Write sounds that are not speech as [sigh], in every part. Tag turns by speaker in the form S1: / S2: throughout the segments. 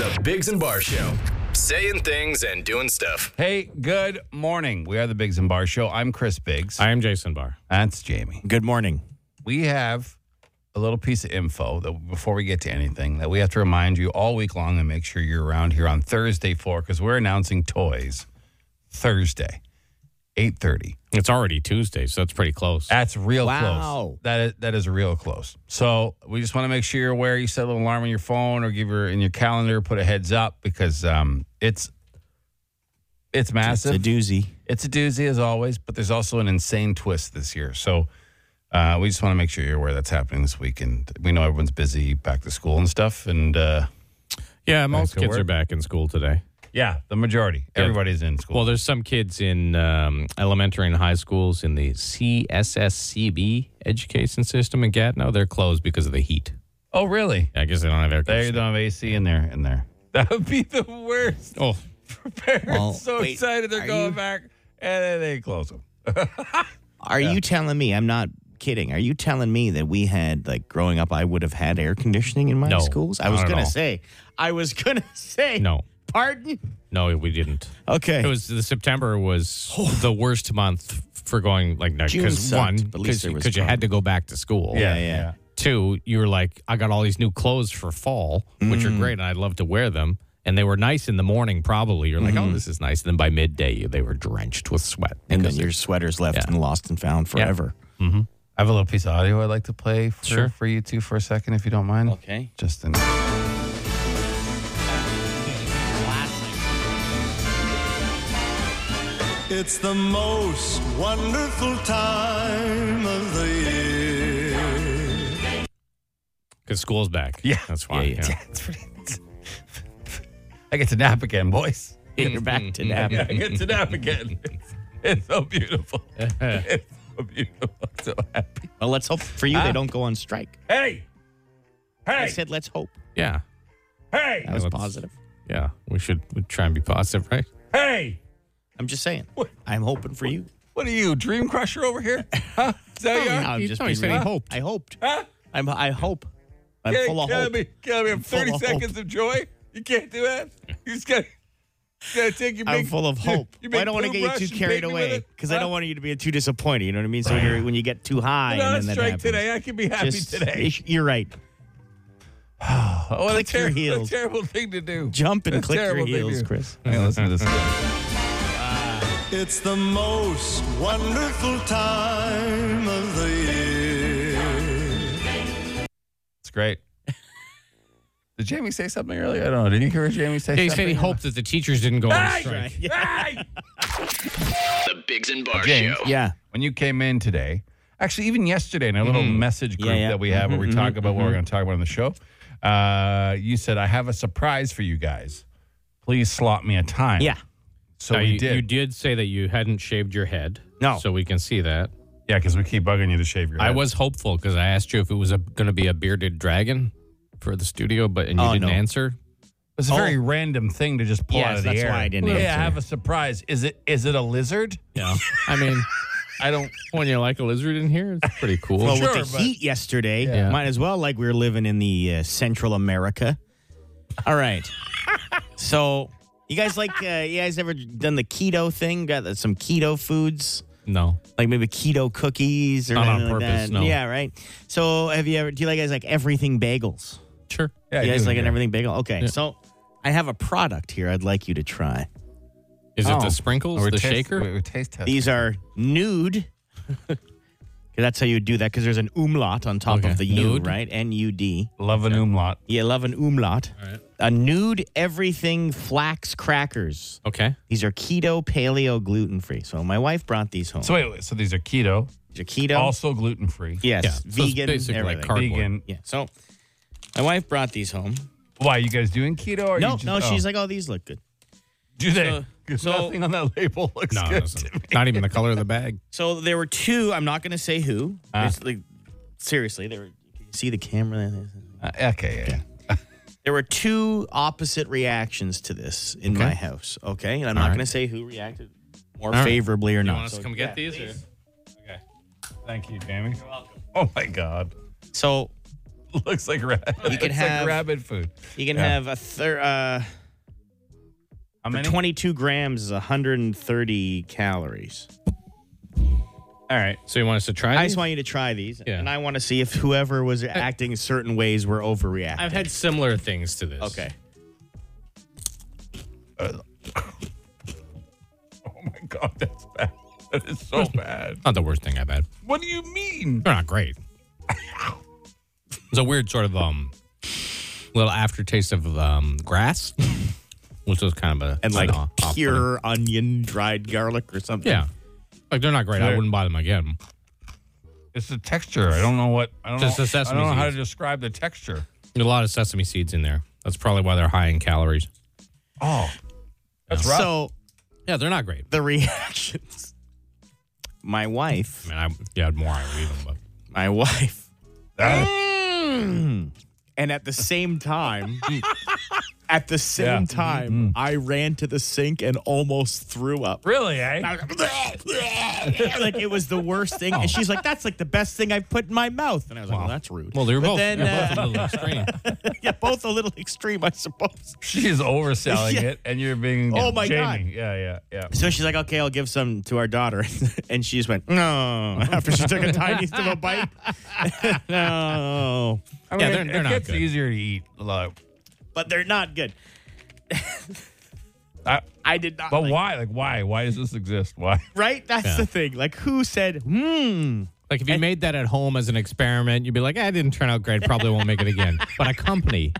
S1: The Biggs and Bar Show. Saying things and doing stuff.
S2: Hey, good morning. We are the Biggs and Bar Show. I'm Chris Biggs.
S3: I am Jason Barr.
S2: That's Jamie.
S4: Good morning.
S2: We have a little piece of info that before we get to anything that we have to remind you all week long and make sure you're around here on Thursday for because we're announcing toys Thursday, 8:30.
S3: It's already Tuesday, so that's pretty close.
S2: That's real
S4: Wow.
S2: close. That is, that is real close. So we just want to make sure you're aware. You set an alarm on your phone or give your in your calendar, put a heads up because um, it's it's
S4: It's
S2: massive.
S4: a doozy.
S2: It's a doozy as always, but there's also an insane twist this year. So uh, we just want to make sure you're aware that's happening this week. And we know everyone's busy back to school and stuff. And uh,
S3: yeah, most
S2: to
S3: kids
S2: work.
S3: are back in school today.
S2: yeah, the majority, everybody's in school.
S3: Well, there's some kids in um, elementary and high schools in the CSSCB education system in Gatineau. They're closed because of the heat.
S2: oh, really?
S3: I guess they don't have air
S2: They
S3: conditioning.
S2: don't have AC in there. In there, that would be the worst.
S3: Oh,
S2: For parents,
S4: Well,
S2: so
S4: wait,
S2: excited they're
S4: are
S2: going
S4: you-
S2: back, and then they close them.
S4: Are you telling me? I'm not kidding. Are you telling me that we had like growing up? I would have had air conditioning in my
S3: No,
S4: schools. I
S3: not
S4: was
S3: at
S4: gonna
S3: all.
S4: say. I was gonna [laughs] say.
S3: No.
S4: Pardon.
S3: no, we didn't.
S4: Okay.
S3: It was the September
S4: [sighs]
S3: was the worst month for going like no,
S4: June
S3: because
S4: sucked,
S3: one
S4: but at least
S3: because
S4: there was
S3: you had to go back to school.
S2: Yeah,
S4: yeah.
S2: yeah.
S3: Two, you were like, I got all these new clothes for fall, which
S4: Mm.
S3: are great, and I'd love to wear them. And they were nice in the morning, probably. You're like,
S4: Mm-hmm.
S3: oh, this is nice. And then by midday, they were drenched with sweat.
S4: and then
S3: because-
S4: your sweater's left and lost and found forever.
S2: I have a little piece of audio I'd like to play for,
S3: Sure.
S2: for you two for a second, if you don't mind.
S4: Okay.
S2: Just
S4: [laughs]
S2: in.
S5: It's the most wonderful time of the year.
S3: because school's back.
S2: Yeah.
S3: that's why.
S4: Yeah, yeah.
S3: yeah.
S2: It's pretty- it's- [laughs] I get to nap again, boys.
S4: You're back
S3: Mm-hmm.
S4: to
S2: [laughs]
S4: nap.
S2: I get to nap again.
S3: [laughs]
S2: It's, it's so beautiful. [laughs] It's so beautiful. I'm so happy.
S4: Well, let's hope for you
S3: Ah.
S4: they don't go on strike.
S2: Hey!
S4: I
S2: Hey!
S4: said let's hope.
S3: yeah,
S2: Hey!
S4: That was
S3: let's-
S4: positive.
S3: yeah. We should we try and be positive, right?
S2: Hey!
S4: I'm just saying.
S2: What?
S4: I'm hoping for you.
S2: What are you, dream crusher over
S4: [laughs]
S2: here? Huh? Is that you?
S4: No,
S2: are?
S4: I'm
S3: You
S4: just
S3: know,
S4: being
S3: you said he
S4: real-
S3: hoped.
S4: I hoped.
S2: Huh?
S4: I'm. I hope. I'm
S2: Hey,
S4: full of
S2: kill
S4: hope.
S2: me. Kill me. I'm
S4: full
S2: 30
S4: of
S2: seconds of joy. You can't do that. You just gotta, you gotta take your
S4: I'm
S2: big,
S4: full of
S2: your-
S4: hope.
S2: your big
S4: I don't want to
S2: blue
S4: get
S2: brush
S4: you
S2: and
S4: too
S2: paint
S4: carried
S2: me with
S4: away
S2: it,
S4: because I
S2: huh?
S4: don't want you to be too disappointed. You know what I mean? So when, you're, when you get too high,
S2: I'm on
S4: and then
S2: strike
S4: that happens,
S2: today. I can be happy
S4: Just,
S2: today.
S4: You're right.
S2: Oh, what a,
S4: click your
S2: terrible,
S4: heels.
S2: a terrible thing to do.
S4: Jump and
S2: That's
S4: click your
S2: terrible thing to
S4: heels,
S2: do.
S4: Chris.
S2: Hey, listen to this.
S5: It's the most wonderful time of the year.
S2: It's great. [laughs] Did Jamie say something earlier? I don't know. Did you hear Jamie say
S3: He
S2: something?
S3: said he hoped that the teachers didn't go on strike.
S2: Hey!
S1: The Biggs and Bar
S2: James.
S1: Show.
S4: [laughs] Yeah.
S2: When you came in today, actually, even yesterday in our little message group
S4: Mm-hmm. Yeah, yeah. Mm-hmm,
S2: that we have where we talk about what we're going to talk about on the show, uh, you said, I have a surprise for you guys. Please slot me a time.
S4: Yeah.
S2: So
S3: Now,
S2: we
S3: you,
S2: did.
S3: you did say that you hadn't shaved your head.
S4: No.
S3: So we can see that.
S2: Yeah, because we keep bugging you to shave your head.
S3: I was hopeful because I asked you if it was going to be a bearded dragon for the studio, but and you
S4: Oh,
S3: didn't
S4: no.
S3: answer.
S2: It was a very random thing to just pull
S4: Yes,
S2: out of the
S4: that's
S2: air.
S4: why I didn't
S2: Oh. Yeah,
S4: answer.
S2: I have a surprise. Is it is it a lizard?
S3: Yeah. I mean,
S2: I don't.
S3: when you're like a lizard in here, it's pretty cool.
S4: Well,
S2: Sure,
S4: with the
S2: but-
S4: heat yesterday,
S3: Yeah.
S4: might as well like we were living in the uh, Central America. All right.
S2: [laughs]
S4: so you guys like? Uh, you guys ever done the keto thing? Got uh, some keto foods.
S3: no.
S4: like maybe keto cookies or
S3: Not on
S4: anything like
S3: purpose,
S4: that.
S3: no.
S4: Yeah, right. So have you ever? Do you like guys like everything bagels?
S3: Sure.
S2: Yeah,
S4: you
S2: I
S4: guys
S2: do,
S4: like an
S2: yeah.
S4: everything bagel? Okay, so I have a product here. I'd like you to try.
S3: Is it
S2: Oh.
S3: the sprinkles,
S2: We're
S3: the
S2: taste-
S3: shaker?
S2: We're, we're taste testing.
S4: These are nude. [laughs] 'Cause that's how you would do that because there's an umlaut on top
S3: Okay.
S4: of the U,
S3: Nude.
S4: right? N U D.
S2: Love an umlaut.
S4: You love an umlaut.
S3: All right.
S4: A nude everything flax crackers.
S3: Okay.
S4: These are keto, paleo, gluten free. So my wife brought these home.
S2: So wait, wait, so these are keto,
S4: these are keto,
S2: also gluten free.
S4: yes,
S3: Yeah. So it's
S4: vegan,
S3: basically like
S4: everything.
S3: carb- Cardboard.
S2: vegan.
S4: yeah. So my wife brought these home.
S2: Why you guys doing keto? Or
S4: No,
S2: you just,
S4: no, she's
S2: oh.
S4: like, oh, these look good.
S2: do they?
S4: so-
S2: 'Cause
S4: so-
S2: nothing on that label looks
S3: No,
S2: good.
S3: that's
S2: to me.
S3: not, not even the color of the [laughs] bag.
S4: So there were two. I'm not going to say who.
S3: Ah.
S4: It's like, seriously, there were. You can see the camera.
S2: Uh, okay, yeah, yeah.
S4: There were two opposite reactions to this in my house. Okay, and I'm not
S3: right.
S4: going to say who reacted more
S3: right.
S4: favorably or
S3: You
S4: not.
S3: want us
S4: So-
S3: to come get these? Or?
S2: Thank you, Jamie. Oh my God. [laughs]
S4: So
S2: looks like rabbit. You
S4: can have-
S2: like rabbit food.
S4: You can
S2: Yeah.
S4: have a third. Uh,
S2: How
S4: for
S2: many?
S4: 22 grams is 130 calories.
S2: All right.
S3: So you want us to try?
S4: I
S3: these?
S4: just want you to try these,
S3: Yeah.
S4: and I want to see if whoever was acting certain ways were overreacting.
S3: I've had similar things to this.
S4: okay.
S2: Oh my god, that's bad. That is
S4: [laughs]
S2: so bad.
S3: Not the worst thing I've had.
S2: What do you mean?
S3: They're not great. it's a weird sort of um little aftertaste of um grass, which was kind of a
S4: And like
S3: an off- off-putting.
S4: pure onion, dried garlic, or something.
S3: Yeah, like they're not great. I
S2: They're-
S3: wouldn't buy them again.
S2: It's the texture. I don't know what. I don't
S3: Just
S2: know.
S3: the
S2: I
S3: sesame
S2: don't know how to
S3: seeds.
S2: describe the texture.
S3: There's a lot of sesame seeds in there. That's probably why they're high in calories.
S2: Oh, that's rough.
S4: So
S3: Yeah, they're not great.
S4: the [laughs] reactions. My
S3: I
S4: wife,
S3: mean, I yeah, I'd more I would eat them, but [laughs]
S4: my wife,
S2: Ah,
S4: Hmm. and at the
S3: [laughs]
S4: same time, at the same
S2: Yeah.
S4: time,
S3: Hmm.
S4: I ran to the sink and almost threw
S3: [laughs]
S4: up.
S2: really? Eh?
S4: like it was the worst thing.
S3: Oh.
S4: And she's like, "That's like the best thing I've put in my mouth." And I was like, "Well, that's rude."
S3: well, they're
S4: But
S3: both,
S4: then,
S3: they're both
S4: uh,
S3: a little extreme.
S4: [laughs] yeah, both a little extreme, I suppose.
S2: She's overselling
S4: [laughs] Yeah.
S2: it, and you're being.
S4: Oh my God.
S2: Jamie. Yeah, yeah, yeah.
S4: So she's like, "Okay, I'll give some to our daughter," [laughs] and she just went, "No." [laughs] After she took a tiniest of a bite, [laughs] no.
S2: I
S3: Yeah, they're- they're
S2: it
S3: not
S2: gets
S3: good.
S2: easier to eat. Like,
S4: But they're not good.
S2: [laughs] I,
S4: I did not.
S2: but
S4: like-
S2: why? Like, why? Why does this exist? Why?
S4: Right? That's
S3: Yeah.
S4: the thing. Like, who said? Hmm.
S3: Like if you made that at home as an experiment, you'd be like, "Eh, "It didn't turn out great. Probably won't make it
S4: [laughs]
S3: again." But a company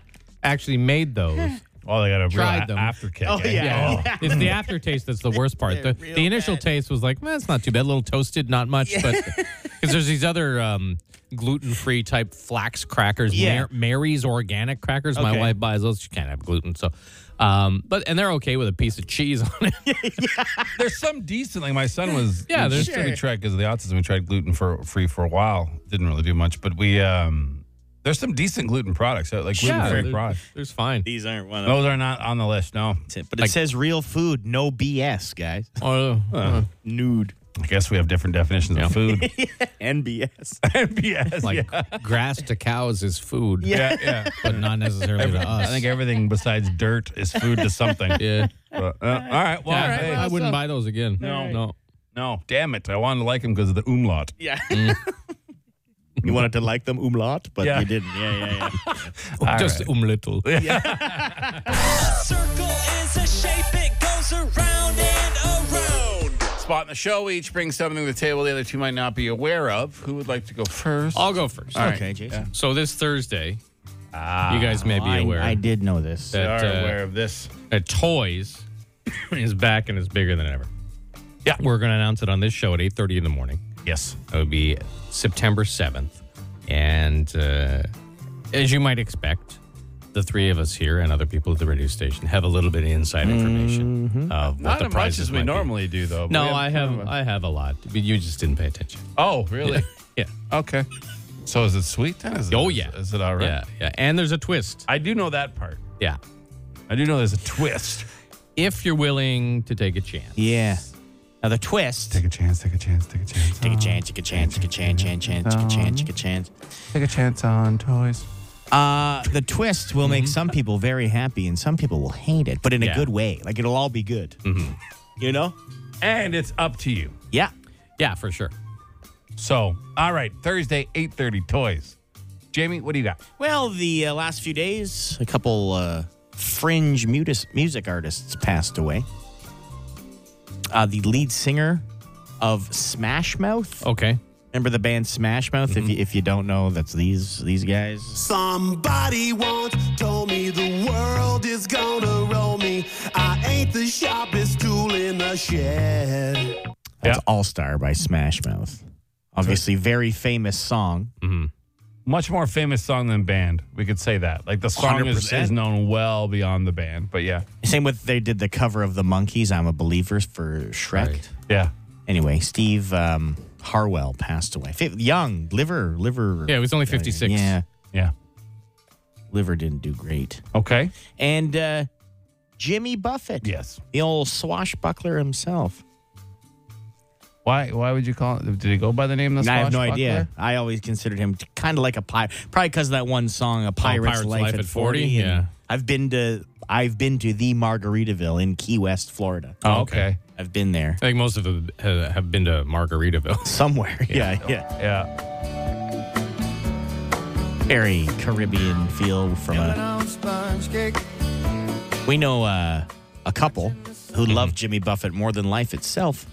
S3: actually made those.
S2: Oh, they got a
S3: Tried
S2: real
S3: them.
S2: a- afterkick.
S4: Oh,
S2: eh?
S4: yeah.
S2: Oh.
S3: [laughs] It's the aftertaste that's the worst
S4: [laughs]
S3: part. The,
S4: They're real
S3: the initial
S4: bad.
S3: taste was like, man, it's not too bad. A little toasted, not much, but
S4: [laughs]
S3: because there's these other um, gluten-free type flax crackers,
S4: Yeah.
S3: Mar- Mary's organic crackers. My
S4: Okay.
S3: wife buys those. She can't have gluten, so. Um, but and they're okay with a piece of cheese on
S4: [laughs]
S3: it.
S2: There's some decent. Like my son was.
S3: Yeah,
S2: we
S3: there's-
S2: tried- we tried because of the autism. We tried gluten for free for a while. Didn't really do much, but we um. There's some decent gluten products, uh, like gluten free
S3: they're-
S2: products.
S3: there's fine.
S4: These aren't one of
S2: Those are not on the list. No,
S4: them. [laughs] But it says real food, no BS, guys.
S3: Oh, uh,
S4: [laughs] Nude
S2: I guess we have different definitions of food.
S4: NBS.
S2: [laughs] yes,
S3: like
S2: yeah.
S3: grass to cows is food,
S2: yeah, yeah.
S3: but not necessarily to
S2: I
S3: us.
S2: think everything besides dirt is food to [laughs] something.
S3: yeah.
S2: But, uh, all right. Well,
S3: Yeah,
S2: hey,
S3: I, I wouldn't buy those again. No, no.
S2: no, damn it. I wanted to like him because of the umlaut.
S4: Yeah. [laughs] you wanted to like them umlaut, but
S2: Yeah.
S4: you didn't. Yeah, [laughs] yeah, yeah.
S2: All
S3: Just
S2: right.
S3: um little.
S6: circle is a shape, it goes around and around.
S2: spot in the show. We each bring something to the table the other two might not be aware of. Who would like to go first?
S3: I'll go first.
S4: Okay, Jason.
S3: So this Thursday, you guys may be
S4: I,
S3: aware
S4: I did know this.
S2: We
S3: that,
S2: Ah, are
S3: uh,
S2: aware of this.
S3: that Toys [coughs] is back and is bigger than ever.
S2: Yeah.
S3: We're going to announce it on this show at 8.30 in the morning.
S2: Yes.
S3: It would be September 7th. And uh, as you might expect, the three of us here and other people at the radio station have a little bit of inside information of what
S2: Mm-hmm. Not
S3: the
S2: as much
S3: prizes
S2: as we
S3: might be.
S2: normally do, though. but
S3: No,
S2: we
S3: I have
S2: kind of a-
S3: I have a lot. But you just didn't pay attention.
S2: oh, really?
S3: Yeah.
S2: [laughs] okay. So is it sweet then? Is it,
S3: Oh,
S2: is-
S3: yeah.
S2: Is it all right?
S3: Yeah. Yeah. And there's a twist.
S2: I do know that part.
S3: Yeah.
S2: I do know there's a twist.
S3: If you're willing to take a chance.
S4: Yeah. Now the twist.
S2: Take a chance. Take a chance. Take a chance.
S4: Take a chance, take a chance, take a chance, chance, chance, take a chance, take a chance.
S2: Take a chance on toys.
S4: Uh, the twist will make some people very happy and some people will hate it, but in
S3: Yeah.
S4: a good way. Like it'll all be good. You know?
S2: And it's up to you.
S4: Yeah.
S3: Yeah, for sure.
S2: So, all right, Thursday, eight thirty, toys. Jamie, what do you got?
S4: Well, the uh, last few days, a couple uh, fringe mutis- music artists passed away. Uh, the lead singer of Smash Mouth.
S3: Okay.
S4: Remember the band Smash Mouth? If, you, if you don't know, that's these these guys.
S7: Somebody once told me the world is gonna roll me. I ain't the sharpest tool in the shed.
S4: That's All Star by Smash Mouth. Obviously, very famous song.
S2: Much more famous song than band. We could say that. Like the song is,
S4: 100%.
S2: is known well beyond the band. But yeah,
S4: Same with they did the cover of the Monkeys. I'm a believer for Shrek.
S3: Right.
S2: yeah.
S4: Anyway, Steve um, Harwell passed away. Fi young liver liver.
S3: Yeah, he was only 56.
S4: Yeah,
S2: Yeah.
S4: liver didn't do great.
S2: Okay.
S4: and uh, Jimmy Buffett.
S2: Yes.
S4: The old swashbuckler himself.
S2: Why? Why would you call it? Did he go by the name of the
S4: I have no
S2: swashbuckler?
S4: idea. I always considered him kind of like a pirate, probably because of that one song, "A Pirate's,
S3: Pirate's
S4: Life, at 40. and
S3: yeah.
S4: I've been to I've been to the Margaritaville in Key West, Florida.
S2: Oh, okay.
S4: I've been there
S3: I think most of them ha- have been to Margaritaville.
S4: somewhere. [laughs] Yeah, yeah.
S2: [laughs] Yeah.
S4: Very Caribbean feel from a. We know uh, a couple who
S3: Mm-hmm.
S4: love Jimmy Buffett more than life itself.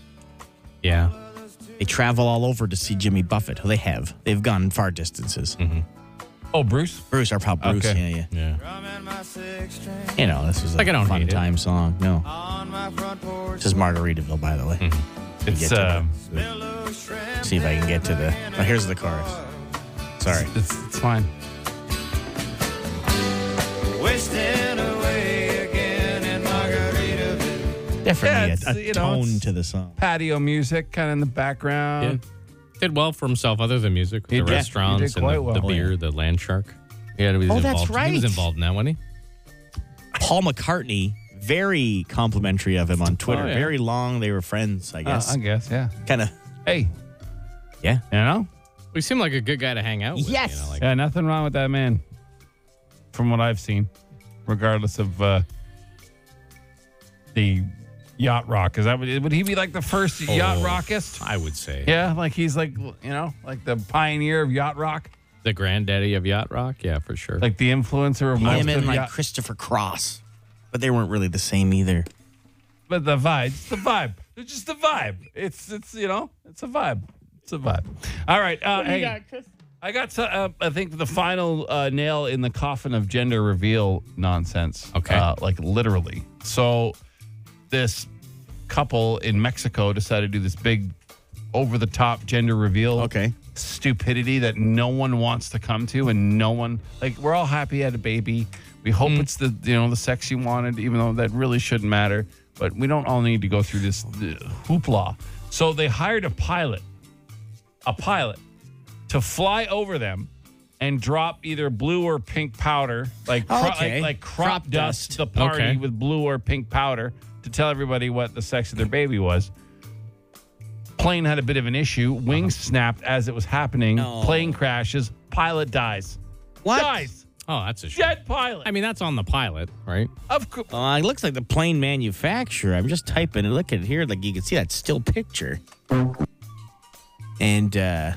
S3: yeah.
S4: They travel all over to see Jimmy Buffett. They have. They've gone far distances.
S3: Mm-hmm.
S2: Oh, Bruce.
S4: Bruce, our pal Bruce.
S2: Okay.
S4: Yeah,
S3: Yeah.
S4: yeah. You know, this was a
S3: Like, I don't
S4: fun
S3: hate it.
S4: time song. No. This is Margaritaville, by the way.
S3: Mm-hmm.
S2: It's
S4: get to
S2: um.
S4: See if I can get to the. Oh, here's the chorus. Sorry.
S2: It's, it's fine.
S4: Definitely
S2: it's,
S4: a, a
S2: you know,
S4: tone
S2: it's-
S4: to the song.
S2: Patio music, kind of in the background.
S3: Did well for himself other than music, with
S2: He
S3: the
S2: did. He did
S3: restaurants and
S2: quite
S3: the,
S2: well.
S3: the
S2: Oh,
S3: beer, the land shark. Yeah, he was
S4: Oh,
S3: involved.
S4: that's
S3: He was
S4: right.
S3: involved in that, wasn't he?
S4: Paul McCartney, very complimentary of him on Twitter.
S3: Oh, yeah.
S4: Very long. They were friends, I
S2: Uh,
S4: guess.
S2: I guess. Yeah.
S4: kind of.
S2: Hey,
S4: Yeah.
S2: you know,
S3: He seemed like a good guy to hang out with.
S4: Yes.
S3: You know, like,
S2: yeah, nothing wrong with that man, from what I've seen, regardless of uh, the yacht rock. Is that what, would he be like the first yacht
S3: Oh.
S2: rockist?
S3: I would say.
S2: Yeah, like he's like you know, like the pioneer of yacht rock,
S3: The granddaddy of yacht rock. Yeah, for sure.
S2: like the influencer of most
S4: Him
S2: of
S4: and like
S2: yacht.
S4: Christopher Cross. But they weren't really the same either.
S2: but the vibe, it's the vibe. It's just the vibe. It's it's you know, it's a vibe. It's a vibe. All right. Uh, hey, I got to, uh, I think the final uh, nail in the coffin of gender reveal nonsense.
S3: Okay.
S2: Uh, like literally. So this couple in Mexico decided to do this big over the top gender reveal.
S4: Okay.
S2: Stupidity that no one wants to come to, and no one like we're all happy you had a baby. We hope it's the you know the sex you wanted, even though that really shouldn't matter. But we don't all need to go through this uh, hoopla. So they hired a pilot, a pilot, to fly over them and drop either blue or pink powder, like cro-
S4: Okay.
S2: like, like crop,
S4: Crop
S2: dust,
S4: dust.
S2: the party
S3: Okay.
S2: with blue or pink powder to tell everybody what the sex of their baby was. Plane had a bit of an issue. Wings snapped as it was happening.
S4: No.
S2: Plane crashes. Pilot dies.
S4: What?
S2: Dies.
S3: oh, that's a shame.
S2: Dead pilot.
S3: I mean, that's on the pilot, right?
S2: of course.
S4: Uh, it looks like the plane manufacturer. I'm just typing it. Look at here. Like you can see that still picture. And uh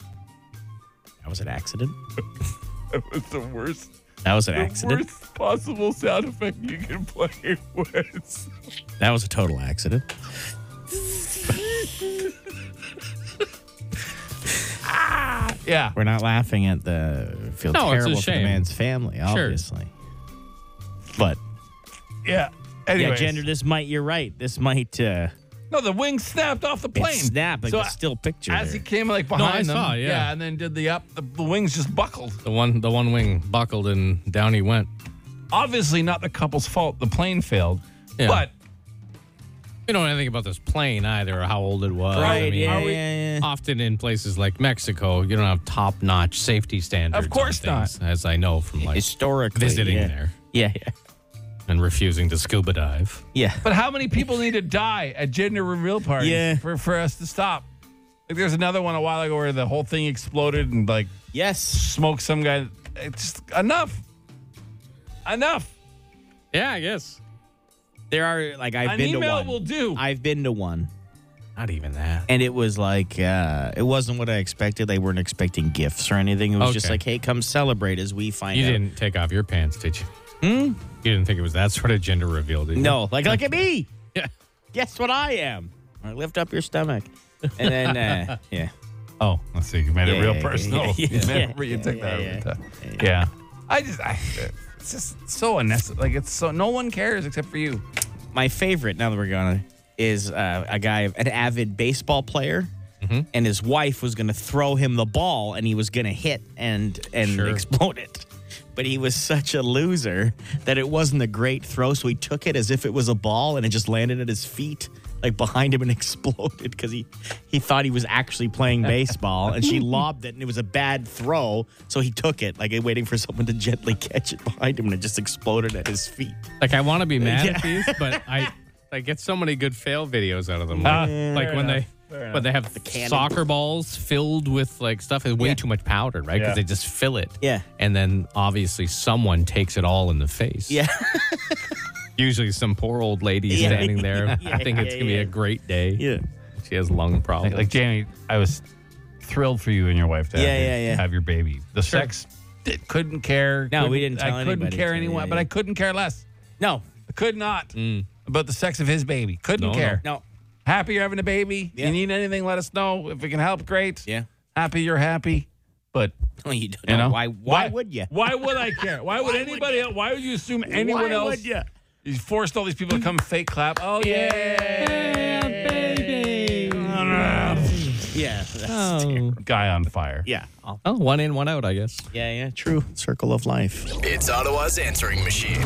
S4: that was an accident.
S2: It's the worst,
S4: That was an accident.
S2: worst possible sound effect you can play [laughs] with.
S4: That was a total accident.
S2: Yeah.
S4: We're not laughing at the feel
S3: No, it's a
S4: terrible for the
S3: shame.
S4: man's family, obviously. But
S2: Yeah. Anyway.
S4: yeah, gender. This might. You're right. This might uh,
S2: No, the wing snapped off the
S4: it
S2: plane.
S4: snap like
S2: So
S4: a
S2: I-
S4: still picture.
S2: as he
S4: there.
S2: came like behind
S3: I
S2: them.
S3: saw, yeah.
S2: and then did the up. The, the wings just buckled.
S3: The one, the one wing buckled and down he went.
S2: Obviously, not the couple's fault. The plane failed,
S3: Yeah.
S2: but
S3: We don't know anything about this plane either, or how old it was.
S2: Right,
S3: I mean,
S4: yeah,
S2: are we-
S4: yeah, yeah.
S3: Often in places like Mexico, you don't have top-notch safety standards.
S2: Of course
S3: on things, as I know from like
S4: historically
S3: visiting
S4: yeah.
S3: there
S4: Yeah, yeah,
S3: and refusing to scuba dive.
S4: yeah.
S2: but how many people need to die at gender reveal parties
S4: Yeah.
S2: for for us to stop? Like, there's another one a while ago where the whole thing exploded and like
S4: Yes.
S2: smoked some guy. It's just enough, enough.
S3: Yeah, I guess.
S4: There are like I've
S2: An
S4: been to
S2: email
S4: one.
S2: will do.
S4: I've been to one,
S3: Not even that.
S4: and it was like uh it wasn't what I expected. They weren't expecting gifts or anything. It was just
S3: Okay.
S4: like, hey, come celebrate as we find
S3: You
S4: out.
S3: didn't take off your pants, did you? Hmm? You didn't think it was that sort of gender reveal, did you?
S4: No, like look at me.
S3: Yeah.
S4: Guess what I am? Or lift up your stomach, and then uh, yeah.
S2: Oh, let's see. You made
S4: Yeah,
S2: it real
S4: yeah,
S2: [laughs] personal.
S4: yeah, yeah,
S2: You made it
S4: yeah,
S2: real- you
S4: yeah,
S2: took that
S4: yeah,
S2: over the top. Yeah. I just, I, it's just so unnecessary. Like, it's so, no one cares except for you.
S4: my favorite now that we're gonna is uh, a guy an avid baseball player and his wife was gonna throw him the ball and he was gonna hit and and
S3: Sure.
S4: explode it but he was such a loser that it wasn't a great throw so he took it as if it was a ball and it just landed at his feet like behind him and [laughs] exploded because he he thought he was actually playing baseball and she lobbed it and it was a bad throw so he took it like waiting for someone to gently catch it behind him and it just exploded at his feet
S2: [laughs]
S3: Like I want to be mad at these, but I I get so many good fail videos out of them.
S2: Ah,
S3: Like, like when they when they have
S4: cannon.
S3: soccer balls filled with like stuff is way too much powder, right? Because
S2: Yeah.
S3: they just fill it.
S4: Yeah.
S3: And then obviously someone takes it all in the face.
S4: Yeah.
S3: Usually some poor old lady
S4: Yeah.
S3: standing there
S4: [laughs] Yeah,
S3: thinking it's
S4: yeah,
S3: gonna be
S4: yeah.
S3: a great day.
S4: Yeah.
S3: She has lung problems.
S2: Like, like Jamie, I was thrilled for you and your wife to have,
S4: Yeah,
S2: your,
S4: yeah, yeah.
S2: have your baby. The sex it couldn't care.
S4: No, we
S2: couldn't-
S4: didn't tell
S2: I couldn't
S4: anybody
S2: care
S4: to,
S2: anyone,
S4: yeah,
S2: but
S4: yeah.
S2: I couldn't care less.
S4: No.
S2: I could not about the sex of his baby. Couldn't
S3: No, no.
S2: care.
S4: No.
S2: Happy you're having a baby.
S4: Yeah.
S2: You need anything, let us know. If we can help, great.
S4: Yeah. [laughs]
S2: Happy you're happy. But
S4: No, you don't.
S2: you know
S4: Why, why?
S2: [laughs]
S4: would you?
S2: Why would I care? Why would anybody else? Why would you assume anyone
S4: Why
S2: else?
S4: would ya?
S2: You forced all these people to come fake clap. Oh yeah, baby.
S4: Yeah. That's
S2: Guy on fire.
S4: [laughs] Yeah.
S3: Oh, one in, one out, I guess.
S4: Yeah. Yeah. True. Circle of life.
S1: It's Ottawa's answering machine.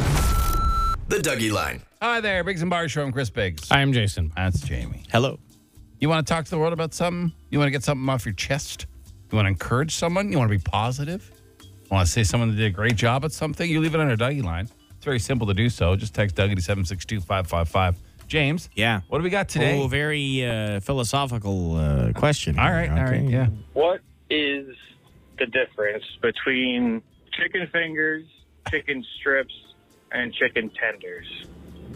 S1: The Dougie Line.
S2: Hi there, Biggs and Bar Show. I'm Chris Biggs.
S3: I'm Jason.
S2: That's Jamie.
S4: Hello.
S2: You want to talk to the world about something? You want to get something off your chest? You want to encourage someone? You want to be positive? You want to say someone that did a great job at something? You leave it on our Dougie line. It's very simple to do so. Just text Dougie to 762 555. James.
S4: Yeah.
S2: What do we got today?
S4: Oh, very uh, philosophical uh, question.
S2: all right. All right. Yeah.
S8: What is the difference between chicken fingers, chicken strips, and chicken tenders?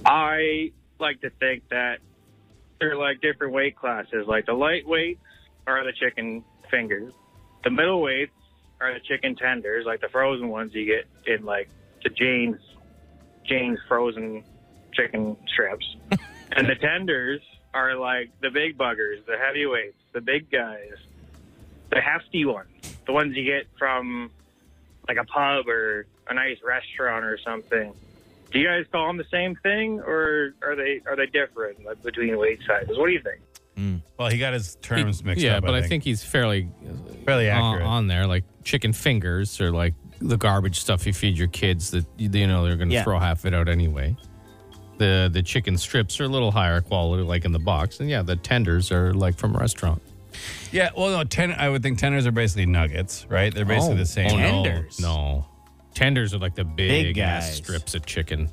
S8: I like to think that they're like different weight classes. Like the lightweights are the chicken fingers, the middleweights are the chicken tenders, like the frozen ones you get in like the Jane's Jane's frozen chicken strips, and the tenders are like the big buggers, the heavyweights, the big guys the hefty ones, the ones you get from like a pub or a nice restaurant or something. Do you guys call them the same thing, or are they are they different like, between weight sizes? What do you think?
S2: Well, he got his terms mixed
S3: yeah,
S2: up.
S3: but I think, he's fairly
S2: fairly
S3: on-
S2: accurate.
S3: on there. Like chicken fingers or like the garbage stuff you feed your kids that you you know they're going to
S4: Yeah.
S3: throw half it out anyway. The the chicken strips are a little higher quality, like in the box, and yeah, the tenders are like from a restaurant.
S2: yeah. Well, no. Ten. I would think tenders are basically nuggets, right? They're basically the same.
S3: Oh, no.
S4: Tenders.
S3: No, tenders are like the big, ass
S4: guys.
S3: strips of chicken.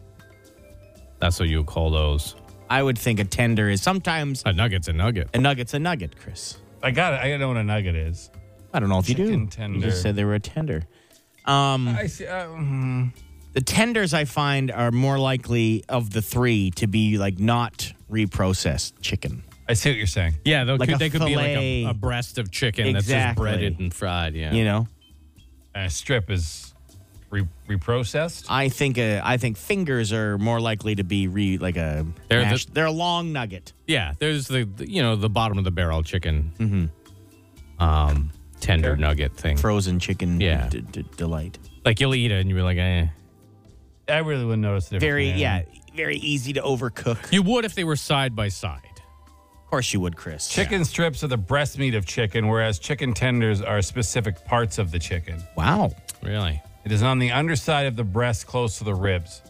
S3: That's what you would call those.
S4: I would think a tender is sometimes
S3: A nugget's a nugget.
S4: a nugget's a nugget, Chris.
S2: I got it. I know what a nugget is.
S4: I don't know if you do.
S2: Chicken tender.
S4: You just said they were a tender. Um,
S2: I see. Uh, mhm.
S4: the tenders I find are more likely of the three to be like not reprocessed chicken.
S2: I see what you're saying.
S3: Yeah, they
S4: Like
S3: could,
S4: a
S3: they could be like a,
S4: fillet.
S3: a breast of chicken that's just
S4: Exactly.
S3: breaded and fried. Yeah,
S4: You know,
S2: Uh, strip is re- reprocessed.
S4: I think uh, I think fingers are more likely to be re like a
S3: They're the-
S4: mashed- they're a long nugget.
S3: Yeah, there's the, the- you know the bottom of the barrel chicken, um, tender nugget thing.
S4: Frozen chicken
S3: Yeah.
S4: d- d- delight.
S3: like you'll eat it and you'll be like, eh.
S2: I really wouldn't notice the difference.
S4: Very
S2: man.
S4: yeah, very easy to overcook.
S3: You would if they were side by side.
S4: Of course you would, Chris.
S2: Chicken strips are the breast meat of chicken, whereas chicken tenders are specific parts of the chicken.
S4: Wow.
S3: Really?
S2: It is on the underside of the breast, close to the ribs.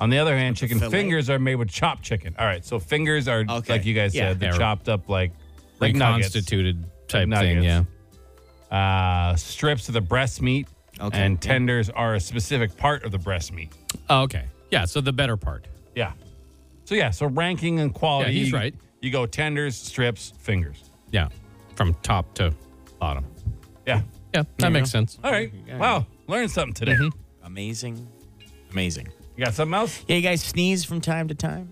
S2: On the other hand, chicken
S4: fillet?
S2: fingers are made with chopped chicken. All right, so fingers are
S4: Okay.
S2: like you guys
S4: Yeah.
S2: said, they're
S3: Yeah.
S2: chopped up like like nuggets.
S3: Reconstituted type
S2: Like
S3: thing.
S2: nuggets.
S3: Yeah.
S2: Uh, strips of the breast meat,
S4: Okay,
S2: and
S4: yeah.
S2: tenders are a specific part of the breast meat.
S3: Oh, okay. Yeah. So the better part.
S2: Yeah. So yeah, so ranking and quality.
S3: Yeah, he's
S2: you-
S3: right.
S2: You go tenders, strips, fingers.
S3: Yeah, from top to bottom.
S2: Yeah.
S3: Yeah, that makes sense.
S2: All right. Wow. Learned something today.
S3: Mm-hmm.
S4: Amazing. Amazing.
S2: You got something else?
S4: Yeah, you guys sneeze from time to time?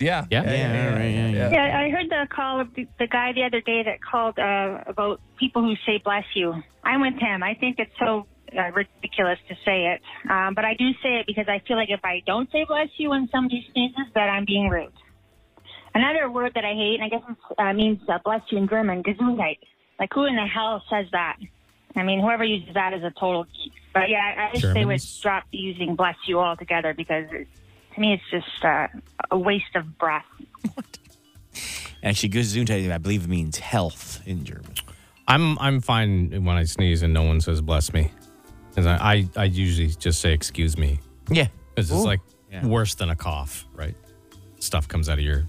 S2: Yeah.
S3: Yeah.
S4: all right, yeah, yeah.
S9: Yeah, I heard the call of the, the guy the other day that called uh, about people who say "bless you." I'm with him. I think it's so uh, ridiculous to say it, um, but I do say it because I feel like if I don't say "bless you" when somebody sneezes, that I'm being rude. Another word that I hate, and I guess it uh, means uh, "bless you" in German, "Gesundheit." Like, who in the hell says that? I mean, whoever uses that is a total geek. But yeah, I, I just say we
S3: Germans?
S9: drop using "bless you" altogether because it, to me, it's just uh, a waste of breath.
S4: Actually, Gesundheit, I believe, means health in German.
S3: I'm I'm fine when I sneeze and no one says bless me, 'Cause I, I I usually just say excuse me.
S4: Yeah.
S3: Because it's like
S4: Yeah.
S3: worse than a cough, right? Stuff comes out of your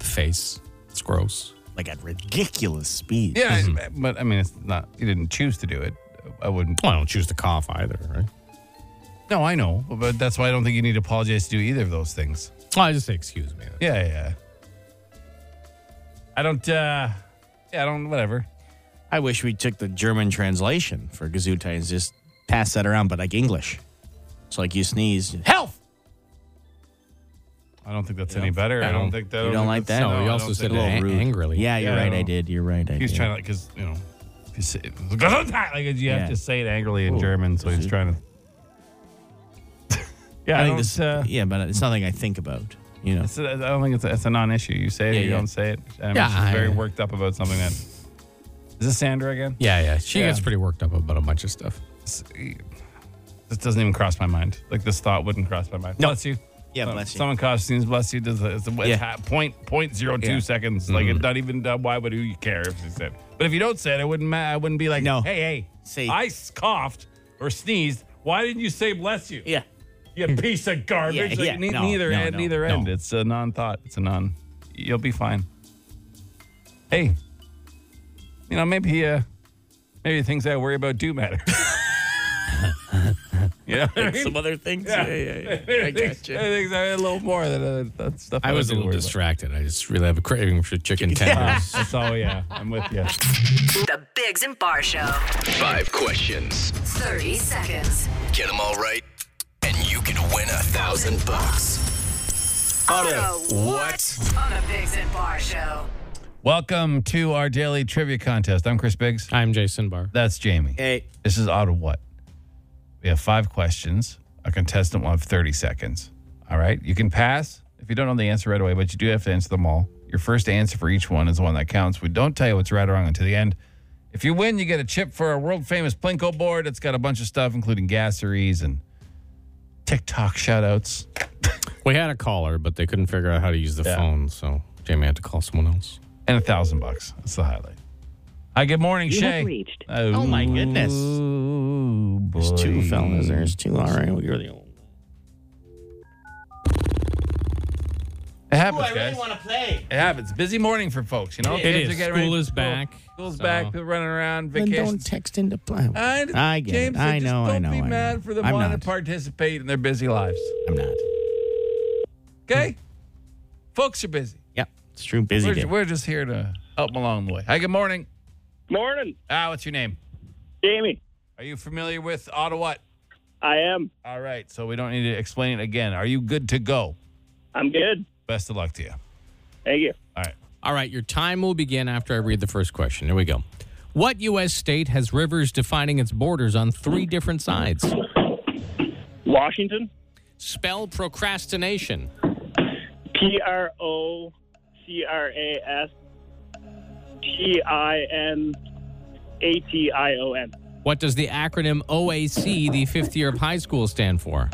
S3: face. It's gross.
S4: Like at ridiculous speed.
S2: Yeah. I- But I mean, it's not. You didn't choose to do it. I wouldn't.
S3: Well, I don't choose to cough either, right?
S2: No, I know, but that's why I don't think you need to apologize to do either of those things.
S3: Oh, I just say, excuse me.
S2: Yeah, yeah, yeah. I don't. uh Yeah, I don't. Whatever.
S4: I wish we took the German translation for Gesundheit and just pass that around, but like English. It's like you sneeze. Health!
S2: I don't think that's any better. I don't think that.
S4: You don't like that?
S2: No,
S4: No,
S2: I
S3: you
S2: don't
S3: also said
S2: think that-
S3: it an- angrily.
S4: Yeah, you're
S2: Yeah,
S4: right.
S2: no.
S4: I did. You're right. I
S2: He was
S4: did.
S2: trying to, because you know, if you say, [laughs] "Gesundheit," like you
S4: Yeah.
S2: have to say it angrily in German, so he's trying to. [laughs] yeah, I,
S4: I think
S2: don't.
S4: this,
S2: uh,
S4: yeah, but it's nothing I think about. You know,
S2: it's, I don't think it's a, it's a non-issue. You say it,
S4: Yeah,
S2: or you
S4: yeah.
S2: don't say it. I'm
S3: Yeah,
S2: just very
S3: I-
S2: worked up about something that. Is this Sandra again?
S3: Yeah, yeah. She
S2: Yeah.
S3: gets pretty worked up about a bunch of stuff.
S2: uh, This doesn't even cross my mind. Like this thought wouldn't cross my mind. Bless you.
S4: Yeah,
S2: No,
S4: bless you.
S2: Someone costumes bless you. Does a, it's a, it's
S4: Yeah.
S2: ha- point point zero two
S4: Yeah. Mm-hmm.
S2: seconds. Like it's not even uh, why would you care if you said? But if you don't say it, I wouldn't. Ma- I wouldn't be like,
S4: No.
S2: hey, hey,
S4: Say-
S2: I scoffed or sneezed. Why didn't you say bless you?
S4: yeah,
S2: You [laughs] piece of garbage.
S4: Yeah,
S2: Like,
S4: yeah.
S2: ne-
S4: No,
S2: neither
S4: no,
S2: end.
S4: no,
S2: neither
S4: no.
S2: end. It's a non-thought. It's a non. You'll be fine. Hey, you know maybe uh, maybe the things I worry about do matter. [laughs] yeah.
S4: some other things.
S2: Yeah.
S4: Yeah, yeah, yeah. I got you.
S2: think I had a little more than uh, that stuff.
S3: I was a
S2: didn't
S3: little
S2: worry about.
S3: distracted. I just really have a craving for chicken tenders.
S2: That's all, yeah. I'm with you.
S10: The Bigs and Bar Show.
S1: Five questions.
S10: 30 seconds.
S1: Get them all right, and you can win a thousand bucks. what?
S10: On the Bigs and Bar Show.
S2: [laughs] Welcome to our daily trivia contest. I'm Chris Biggs.
S3: I'm Jason Barr.
S2: That's Jamie.
S4: Hey.
S2: This is out of what? We have five questions. A contestant will have 30 seconds. All right. You can pass if you don't know the answer right away, but you do have to answer them all. Your first answer for each one is the one that counts. We don't tell you what's right or wrong until the end. If you win, you get a chip for a world famous Plinko board. It's got a bunch of stuff, including gasseries and TikTok shoutouts.
S3: We had a caller, but they couldn't figure out how to use the phone, so Jamie had to call someone else.
S2: and a thousand bucks. That's the highlight. Hi, good morning, Shay. Oh,
S4: Oh, my goodness.
S2: boy.
S4: There's two fellas. There's two. All right, well, you're the only.
S2: It happens, guys.
S4: to play.
S2: It happens. Busy morning for folks. You know,
S3: It
S2: Kids
S3: is.
S2: are getting
S3: School
S2: ready
S3: is
S2: for
S3: back,
S2: School's
S3: so-
S2: back. People running around.
S4: Then
S2: Vacation.
S4: don't text into play.
S2: I,
S4: I get
S2: James
S4: it.
S2: said
S4: I
S2: just
S4: know, I
S2: Don't
S4: know,
S2: be
S4: I know.
S2: mad for them
S4: I'm Hmm.
S2: wanting
S4: not.
S2: to participate in their busy lives.
S4: I'm not.
S2: Okay, folks are busy.
S4: Yep, it's true. Busy
S2: We're,
S4: day.
S2: we're just here to help them along the way. Hi, good morning.
S8: Morning,
S2: Ah, what's your name?
S8: Jamie.
S2: Are you familiar with Ottawa?
S8: I am.
S2: All right, so we don't need to explain it again. Are you good to go?
S8: I'm good.
S2: Best of luck to you.
S8: Thank you.
S2: All right.
S3: All right, your time will begin after I read the first question. Here we go. What U.S. state has rivers defining its borders on three different sides?
S8: Washington.
S3: Spell procrastination.
S8: P R O C R A S T I N A T I O N.
S3: What does the acronym OAC, the fifth year of high school, stand for?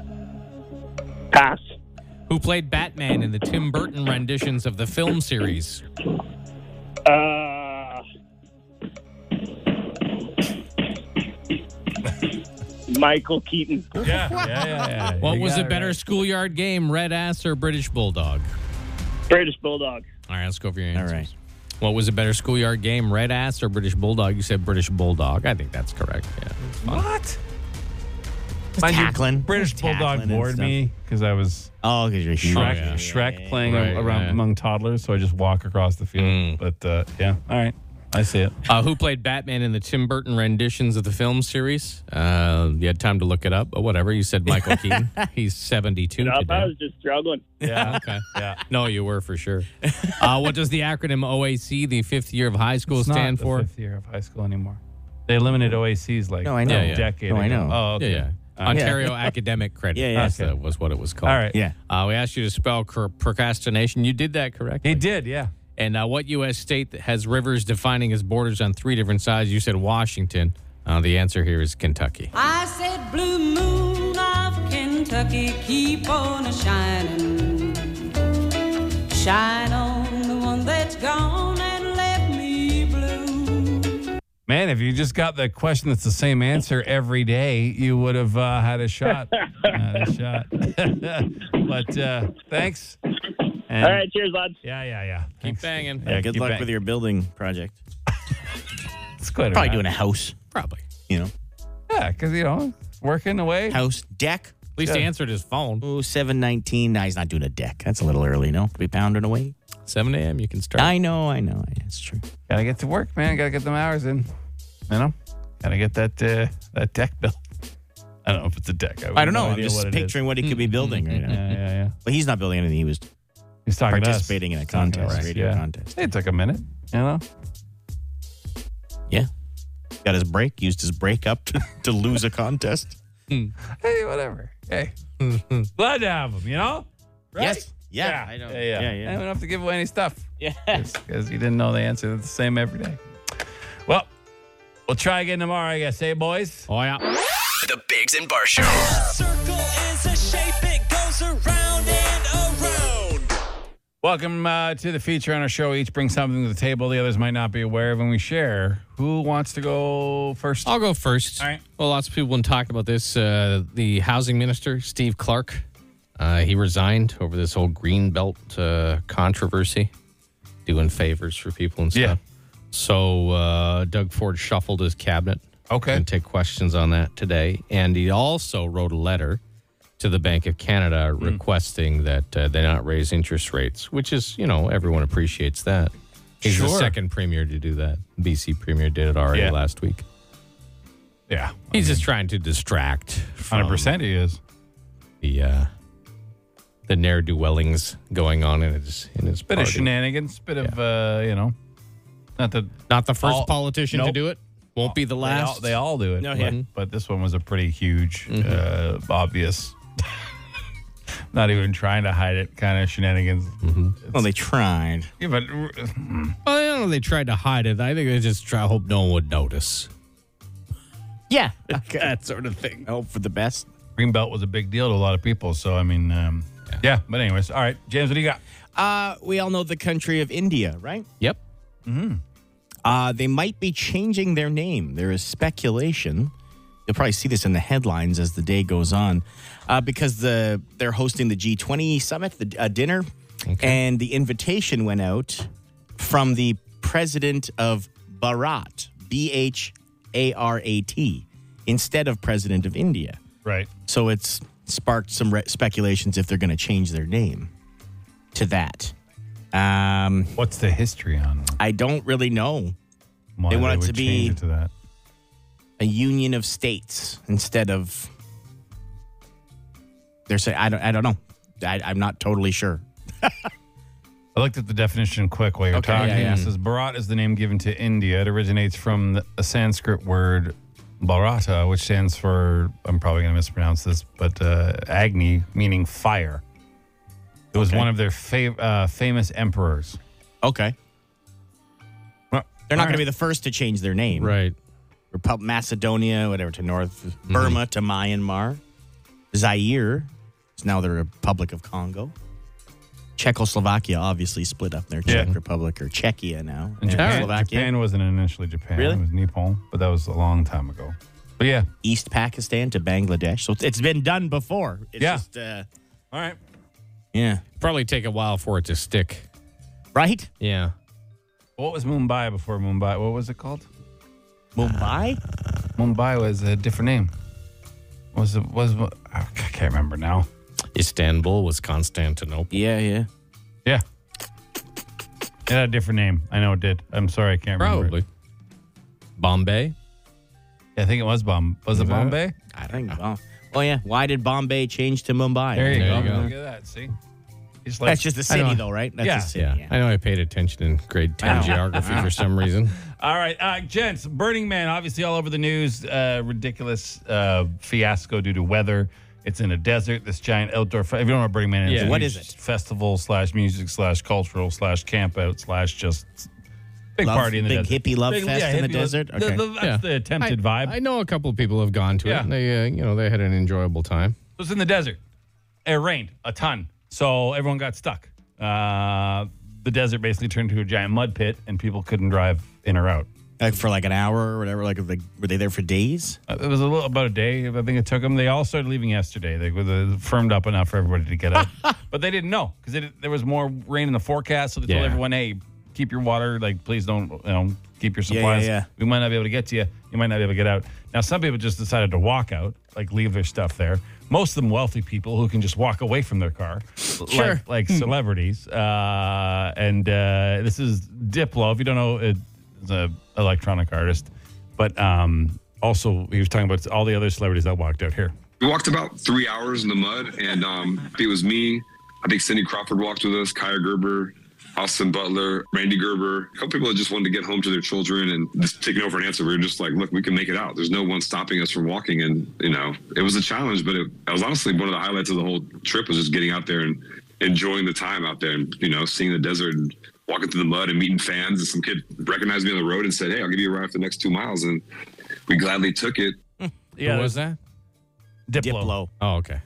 S8: Pass.
S3: Who played Batman in the Tim Burton renditions of the film series?
S8: Uh, [laughs] Michael Keaton.
S2: Yeah, yeah, yeah, yeah. [laughs]
S3: What
S2: You
S3: was
S2: got
S3: a better
S2: right.
S3: schoolyard game, Red Ass or British Bulldog?
S8: British Bulldog.
S3: All right, let's go for your
S4: All
S3: answers.
S4: right.
S3: What was a better schoolyard game, Red Ass or British Bulldog? You said British Bulldog. I think that's correct.
S4: [laughs]
S3: Yeah.
S2: What?
S4: Just tackling.
S2: British
S4: Just tackling
S2: Bulldog
S4: and
S2: bored
S4: stuff.
S2: me because I was
S4: Oh, because you're
S2: Shrek,
S4: human.
S3: yeah.
S2: Shrek playing
S3: Right,
S2: around
S3: yeah. Mm.
S2: among toddlers, so I just walk across the field. But uh, yeah, all right, I see
S3: [laughs]
S2: it.
S3: Uh, who played Batman in the Tim Burton renditions of the film series? Uh, you had time to look it up, but whatever. You said
S4: [laughs]
S3: Michael Keaton. He's 72
S8: I
S3: today.
S8: was just struggling.
S2: Yeah,
S3: Okay.
S2: yeah.
S3: No, you were for sure. Uh, what does the acronym OAC, the fifth year of high school, stand
S2: the
S3: for?
S2: fifth year of high school anymore. They eliminated OACs like
S4: No, I know.
S2: a
S4: Yeah, yeah.
S2: decade.
S4: No, I
S2: ago.
S4: know.
S2: Oh, okay.
S3: Yeah, yeah. Ontario Academic Credit.
S4: Yeah, yeah.
S3: That's- That was what it was called.
S2: All right.
S4: Yeah.
S3: Uh, we asked you to spell cr- procrastination. You did that correctly.
S2: He did. Yeah.
S3: And uh, what U.S. state has rivers defining its borders on three different sides? You said Washington. Uh, the answer here is Kentucky.
S10: I said, Blue Moon of Kentucky, keep on a shining. Shine on the one that's gone and left me blue.
S2: Man, if you just got the question that's the same answer every day, you would have uh, had a
S8: [laughs]
S2: shot. had a shot. [laughs] but uh, thanks. And-
S8: All right, cheers, lads.
S2: Yeah, yeah, yeah.
S3: Keep banging.
S2: Yeah,
S4: Good
S2: keep
S4: luck
S2: bang-
S4: with your building project.
S2: It's quite
S4: Probably doing a house.
S3: Probably.
S4: You know,
S2: Yeah, because you know, working away.
S4: house deck.
S3: least he answered his phone.
S4: Ooh, 719. Nah, he's not doing a deck. That's a little early, no? To be pounding away.
S3: 7 a.m. You can start.
S4: I know, I know. It's true.
S2: Gotta get to work, man. Gotta get them hours in. You know? Gotta get that uh, that deck built. I don't know if it's a deck. have
S4: I don't
S2: no
S4: know. I'm
S2: idea
S4: just
S2: what it is. mm-hmm,
S4: picturing what he could be building right
S2: [laughs]
S4: now.
S2: Yeah, yeah, yeah.
S4: But he's not building anything. He was
S2: He's talking to us.
S4: participating in a
S2: He's talking to
S4: contest,
S2: us,
S4: radio contest.
S2: It took a minute, you know?
S4: Yeah. Got his break, used his break up to, [laughs] to lose a contest.
S2: Hey, whatever.
S4: [laughs]
S2: Hey. Glad to have him, you know? Right?
S4: Yes. Yeah. I know.
S2: Yeah, yeah.
S4: Yeah,
S2: And
S4: yeah.
S2: we don't have to give away any stuff. [laughs] Yeah. Because you didn't know the answer. It's the same every day. Well, we'll try again tomorrow, I guess. Hey, boys.
S3: Oh, yeah.
S1: The Bigs and Bar Show.
S6: Circle is a shape, it goes around and around.
S2: Welcome uh, to the feature on our show. Each brings something to the table the others might not be aware of, and we share. Who wants to go first?
S3: I'll go first.
S2: All right.
S3: Well, lots of people have been talking about this. Uh, the housing minister, Steve Clark, uh, he resigned over this whole Greenbelt uh, controversy, doing favors for people and stuff. So uh, Doug Ford shuffled his cabinet.
S2: Okay.
S3: And take questions on that today. And he also wrote a letter to the Bank of Canada
S2: Hmm.
S3: requesting that uh, they not raise interest rates, which is, you know, everyone appreciates that. He's the
S2: Sure.
S3: second premier to do that. BC premier did it already
S2: Yeah.
S3: last week.
S2: yeah.
S3: He's just trying to distract from
S2: 100% he is.
S3: the uh, the ne'er do wellings going on in his in his
S2: Bit of
S3: party.
S2: shenanigans, bit of, uh, you know, not that
S3: Not the first
S2: All-
S3: politician to
S2: Nope.
S3: do it. Won't be the last.
S2: They all, they all do it.
S4: No,
S2: but,
S4: yeah. Mm-hmm.
S2: but this one was a pretty huge, uh, obvious, [laughs] not even trying to hide it kind of shenanigans.
S3: Mm-hmm.
S4: Well, they tried.
S2: Yeah, but mm,
S3: Well, I don't know. They tried to hide it. I think they just try hope no one would notice.
S4: Yeah. that sort of thing. I hope for the best.
S2: Greenbelt was a big deal to a lot of people. So, I mean, um, yeah. But, anyways, all right, James, what do you got?
S4: Uh, we all know the country of India, right?
S3: Yep.
S4: Uh, they might be changing their name. There is speculation. You'll probably see this in the headlines as the day goes on, uh, because the they're hosting the G20 summit, the uh, dinner, and the invitation went out from the president of Bharat, B H A R A T, instead of president of India.
S2: Right.
S4: So it's sparked some re- speculations if they're going to change their name to that. Um,
S2: What's the history on
S4: I don't really know.
S2: why
S4: They want it
S2: would
S4: to be-
S2: change it to that?
S4: a union of states instead of they're saying I don't I don't know. I, I'm not totally sure.
S2: I looked at the definition quick while you're
S4: Okay,
S2: talking.
S4: yeah, yeah.
S2: It says Bharat is the name given to India. It originates from the, a Sanskrit word Bharata, which stands for, I'm probably going to mispronounce this, but uh, Agni, meaning fire. It was one of their fav- uh, famous emperors.
S4: Okay.
S2: Well,
S4: They're not
S2: all
S4: going to
S2: right.
S4: be the first to change their name.
S3: Right.
S4: Repub- Macedonia, whatever, to North
S2: Mm-hmm.
S4: Burma, to Myanmar. Zaire is now the Republic of Congo. Czechoslovakia obviously split up their Czech
S2: Yeah.
S4: Republic or Czechia now.
S2: And Japan,
S4: Slovakia.
S2: Japan wasn't initially Japan.
S4: Really?
S2: It was Nippon, but that was a long time ago. But yeah.
S4: East Pakistan to Bangladesh. So it's- it's been done before. It's
S2: Yeah.
S4: just, uh,
S2: All right.
S4: yeah.
S3: Probably take a while for it to stick.
S4: Right?
S3: Yeah.
S2: What was Mumbai before Mumbai? What was it called?
S4: Mumbai?
S2: Mumbai was a different name. Was it was I can't remember now.
S3: Istanbul was Constantinople.
S4: yeah, yeah.
S2: Yeah. It had a different name. I know it did. I'm sorry, I can't remember.
S3: Probably. Bombay.
S2: Yeah, I think it was Bomb. Was it Bombay?
S4: I don't know. Oh yeah, why did Bombay change to Mumbai?
S2: There you, go.
S3: There you go.
S2: Look at that. See, It's like-
S4: That's just the
S2: I don't-
S4: city, though, right? That's
S2: Yeah.
S4: the city.
S3: Yeah. I know I paid attention in grade 10 geography for some reason.
S2: All right, uh, gents. Burning Man, obviously all over the news. Uh, ridiculous uh, fiasco due to weather. It's in a desert. This giant outdoor. Fe- if you don't know what Burning Man is,
S3: Yeah.
S2: it's a
S4: What
S2: huge
S4: is it?
S2: Festival slash music slash cultural slash camp out slash just big
S4: Love-
S2: party in the
S4: big
S2: desert.
S4: hippie love fest in the
S2: hippie love-
S4: desert?
S2: the-
S4: Okay.
S2: the- that's
S3: Yeah.
S2: the attempted
S3: I,
S2: vibe.
S3: I know a couple people have gone to
S2: Yeah.
S3: it. And they, uh, you know, they had an enjoyable time.
S2: It was in the desert. It rained a ton, so everyone got stuck. Uh, the desert basically turned into a giant mud pit, and people couldn't drive in or out.
S4: Like for like an hour or whatever. Like if they, were they there for days?
S2: Uh, It was a little about a day. I think it took them. They all started leaving yesterday. They were they firmed up enough for everybody to get out, but they didn't know because there was more rain in the forecast. So they told
S3: Yeah.
S2: everyone, "Hey, keep your water. Like, please don't, you know, keep your supplies.
S4: yeah.
S2: We might not be able to get to you. You might not be able to get out." Now, some people just decided to walk out, like leave their stuff there. most of them wealthy people who can just walk away from their car,
S4: Sure. Hmm.
S2: like, like celebrities. Uh, and uh, this is Diplo. If you don't know, it's an electronic artist, but um, also he was talking about all the other celebrities that walked out here.
S11: We walked about three hours in the mud, and um, it was me. I think Cindy Crawford walked with us, Kaya Gerber, Austin Butler, Randy Gerber. A couple people that just wanted to get home to their children and just taking over an answer. We were just like, look, we can make it out. There's no one stopping us from walking. And, you know, it was a challenge, but it, it was honestly one of the highlights of the whole trip was just getting out there and enjoying the time out there and, you know, seeing the desert and walking through the mud and meeting fans. And some kid recognized me on the road and said, hey, I'll give you a ride for the next two miles. And we gladly took it.
S2: Yeah,
S3: Who was that?
S2: Diplo.
S3: Oh, okay.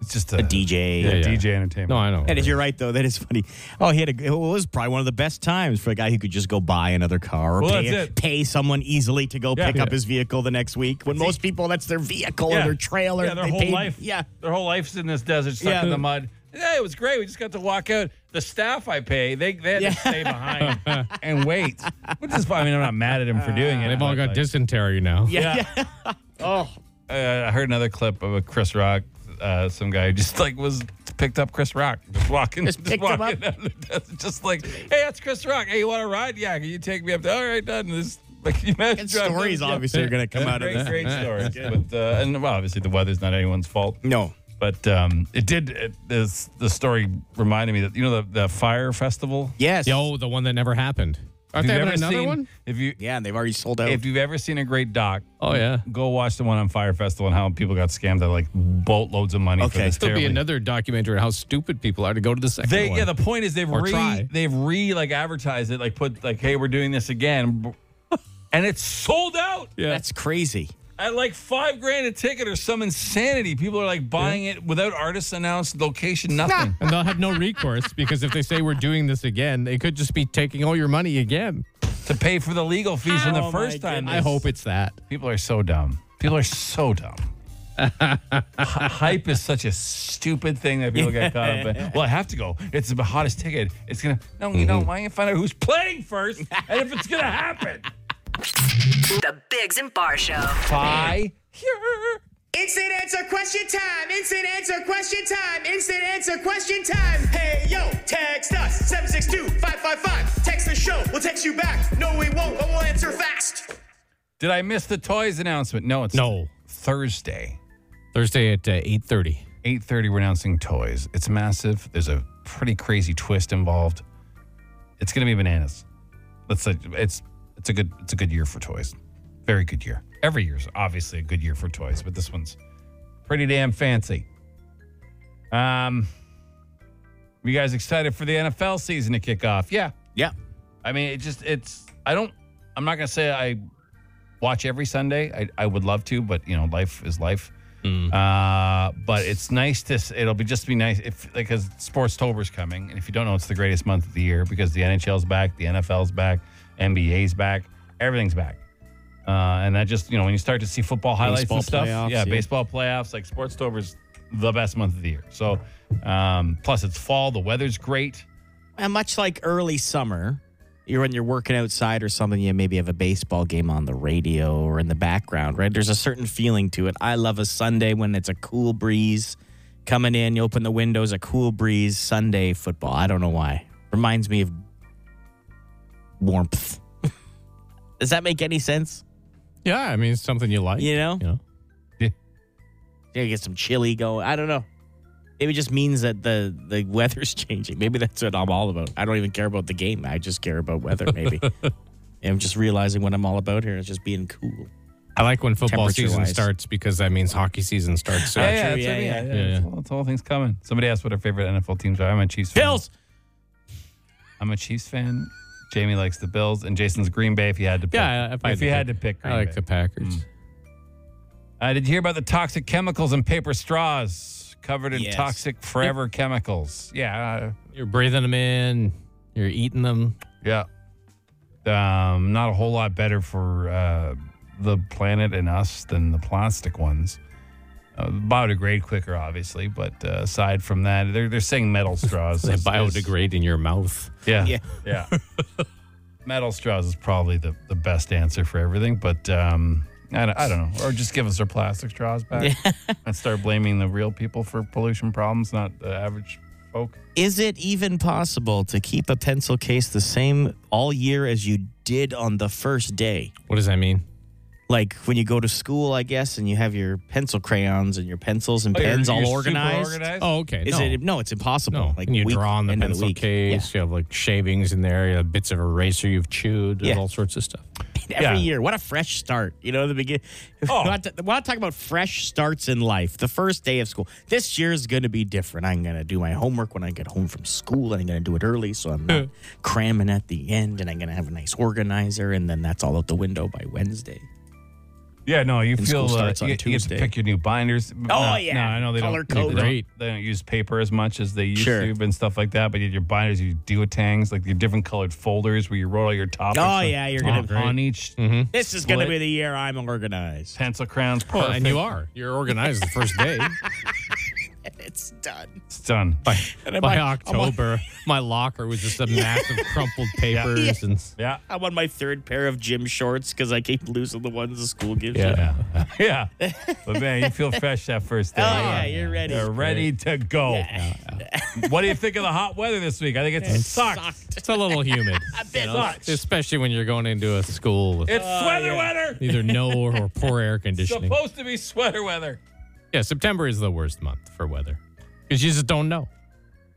S2: It's just a,
S4: DJ.
S2: Yeah, DJ entertainment.
S3: No, I know.
S4: And if you're right though, that is funny. Oh, he had a. It was probably one of the best times for a guy who could just go buy another car or
S2: Well, that's
S4: pay,
S2: it.
S4: pay someone easily to go
S2: Yeah.
S4: pick up his vehicle the next week. When most people, that's their vehicle or their trailer.
S2: Yeah, their
S4: they
S2: whole
S4: paid-
S2: life.
S4: Yeah,
S2: their whole life's in this desert, stuck
S4: Yeah.
S2: in the mud. Yeah, it was great. We just got to walk out. The staff I pay, they they had
S4: Yeah.
S2: to stay
S4: [laughs]
S2: behind and wait. Which is fine. I mean, I'm not mad at him for doing it.
S3: They've all
S2: but,
S3: got
S2: like,
S3: dysentery now.
S4: yeah. [laughs] yeah.
S2: [laughs]
S4: oh,
S2: uh, I heard another clip of a Chris Rock. Uh, some guy just [laughs] like was picked up Chris Rock, just walking,
S4: Just picked him
S2: walking down the desert, just like, hey, that's Chris Rock. Hey, you want to ride? Yeah, can you take me up? There? All right, done. This like [laughs] you imagine
S4: And
S2: driving-
S4: stories
S2: Yeah.
S4: obviously are going to come
S2: That's
S4: out
S2: great,
S4: of this.
S2: Great stories,
S4: [laughs]
S2: but uh, and well, obviously the weather's not anyone's fault.
S4: No.
S2: But um, it did. It, this the story reminded me that you know the, the fire festival.
S4: Yes.
S3: Yo, the one that never happened.
S2: If
S3: Aren't they
S2: you've
S3: having
S2: ever
S3: another
S2: seen-
S3: one?
S2: If you
S4: Yeah, and they've already sold out.
S2: if you've ever seen a great doc,
S3: Oh yeah.
S2: go watch the one on Fire Festival and how people got scammed out of like boatloads of money. for
S4: Okay.
S2: this
S3: There'll be
S2: terribly-
S3: another documentary on how stupid people are to go to the second
S2: They
S3: one.
S2: yeah. The point is they've
S3: Or
S2: re
S3: try.
S2: they've re like advertised it like put like hey we're doing this again, [laughs] and it's sold out
S3: yeah.
S4: That's crazy.
S2: at like five grand a ticket or some insanity. People are like buying it without artists announced location
S3: [laughs]
S2: nothing.
S3: and they'll have no recourse [laughs] because if they say we're doing this again, they could just be taking all your money again.
S2: to pay for the legal fees from the
S4: Oh, my
S2: first time.
S3: I hope it's that.
S2: People are so dumb. People are so dumb. Hy- Hype is such a stupid thing that people get caught up in. Well, I have to go. It's the hottest ticket. It's gonna. No, you know, why don't you find out who's playing first and if it's gonna happen?
S12: The Bigs and Bar Show.
S2: [laughs] Bye. Here.
S6: Instant answer question time. Instant answer question time. Instant answer question time. Hey, yo, text us 762 555. Text the show. We'll text you back. No, we won't, but we'll answer fast.
S2: Did I miss the toys announcement? No, it's
S3: No.
S2: Thursday,
S3: Thursday at uh, eight thirty.
S2: eight thirty. We're announcing toys. It's massive. There's a pretty crazy twist involved. It's gonna be bananas. Let's say it's it's a good it's a good year for toys. Very good year. Every year's obviously a good year for toys, but this one's pretty damn fancy. Um, you guys excited for the NFL season to kick off? Yeah.
S4: Yeah.
S2: I mean, it just it's I don't I'm not gonna say I watch every Sunday. I, I would love to, but you know, life is life.
S4: Mm.
S2: Uh, but it's nice to s- it'll be just be nice if because sports tober's coming, and if you don't know, it's the greatest month of the year because the NHL's back, the NFL's back, NBA's back, everything's back. Uh, and that just you know when you start to see football highlights
S4: Baseball
S2: and stuff,
S4: playoffs,
S2: yeah,
S4: yeah.
S2: baseball playoffs, like sports tober's the best month of the year. So um, plus it's fall, the weather's great.
S4: And much like early summer, you're when you're working outside or something, you maybe have a baseball game on the radio or in the background, right? There's a certain feeling to it. I love a Sunday when it's a cool breeze coming in, you open the windows, a cool breeze, Sunday football. I don't know why. Reminds me of warmth. [laughs] Does that make any sense?
S3: Yeah, I mean it's something you like.
S4: You know?
S3: You know?
S4: Yeah, you get some chili going. I don't know. Maybe it just means that the the weather's [laughs] changing. Maybe that's what I'm all about. I don't even care about the game. I just care about weather.
S3: [laughs]
S4: Maybe I'm just realizing what I'm all about here is just being cool.
S3: I like when football season
S4: Temperature-wise.
S3: starts because that means hockey season starts soon.
S2: Yeah, yeah, that's
S4: true. Yeah,
S2: what I mean.
S4: yeah.
S2: yeah, yeah. It's all- it's all things coming. Somebody asked what our favorite NFL teams are. I'm a Chiefs fan.
S4: Bills.
S2: I'm a Chiefs fan. Jamie likes the Bills, and Jason's Green Bay. If you had to, pick.
S3: Yeah, if, I
S2: if you had to pick, Green
S3: I like
S2: Bay. Mm.
S3: the Packers.
S2: Uh, did you hear about the toxic chemicals in paper straws covered in
S4: Yes.
S2: toxic forever chemicals? Yeah,
S3: You're breathing them in. You're eating them.
S2: uh, yeah. Um, not a whole lot better for uh, the planet and us than the plastic ones. Uh, biodegrade quicker, obviously, but uh, aside from that, they're they're saying metal straws.
S3: They
S2: is- is-
S3: biodegrade in your mouth.
S2: [laughs] Yeah.
S4: Yeah.
S2: Yeah. Metal straws is probably the, the best answer for everything, but um, I don't, I don't know. Or just give us our plastic straws back [laughs] and start blaming the real people for pollution problems, not the average folk.
S4: Is it even possible to keep a pencil case the same all year as you did on the first day?
S3: What does that mean?
S4: Like when you go to school, I guess, and you have your pencil crayons and your pencils and
S3: Oh, you're-
S4: pens all
S3: you're super
S4: organized.
S2: organized?
S3: Oh, okay.
S4: Is
S3: no.
S4: it? No, it's impossible.
S3: No.
S4: Like
S3: and you
S4: week,
S3: draw on the
S4: end of
S3: pencil
S4: week.
S3: case. You have like shavings in there. You have bits of eraser you've chewed.
S4: Yeah.
S3: And all sorts of stuff.
S4: Yeah. Every year, what a fresh start! You know, the [laughs] beginning.
S3: Oh.
S4: We're, not, we're not talking about fresh starts in life. The first day of school. This year is going to be different. I'm going to do my homework when I get home from school, and I'm going to do it early, so I'm
S3: [laughs]
S4: not cramming at the end. And I'm going to have a nice organizer, and then that's all out the window by Wednesday.
S2: Yeah, no, you
S4: And
S2: feel uh,
S4: school starts
S2: you,
S4: on
S2: you get to
S4: Tuesday.
S2: pick your new binders. Oh
S4: yeah.
S2: no, I know they
S4: Color
S2: don't. they
S4: code.
S2: don't-
S4: Great.
S2: They don't use paper as much as they used
S4: Sure.
S2: to and stuff like that. But your binders, your duotangs, like your different colored folders where you wrote all your topics.
S4: Oh,
S2: on-
S4: yeah, you're
S2: on,
S4: gonna-
S2: on each
S3: Hmm.
S4: This is going to
S2: Split.
S4: be the year I'm organized.
S2: pencil crayons. Perfect.
S3: Well, and you are. You're organized the first
S4: [laughs]
S3: day.
S4: It's done.
S2: It's done.
S3: By,
S4: And I
S3: by
S4: might-
S3: October, [laughs] my locker was just a mass of
S4: [laughs]
S3: crumpled papers and
S2: Yeah.
S4: I'm on my third pair of gym shorts because I keep losing the ones the school gives you.
S3: yeah.
S2: [laughs] Yeah. but man, you feel fresh that first day.
S4: Oh, yeah, you're ready.
S2: You're ready to go. [laughs] what do you think of the hot weather this week? I think it, sucked.
S3: It's a little
S4: [laughs]
S3: humid.
S4: bit much.
S3: Especially when you're going into a school with
S2: It's sweater weather.
S3: either no or, or poor air conditioning.
S2: Supposed to be sweater weather.
S3: Yeah, September is the worst month for weather because you just don't know.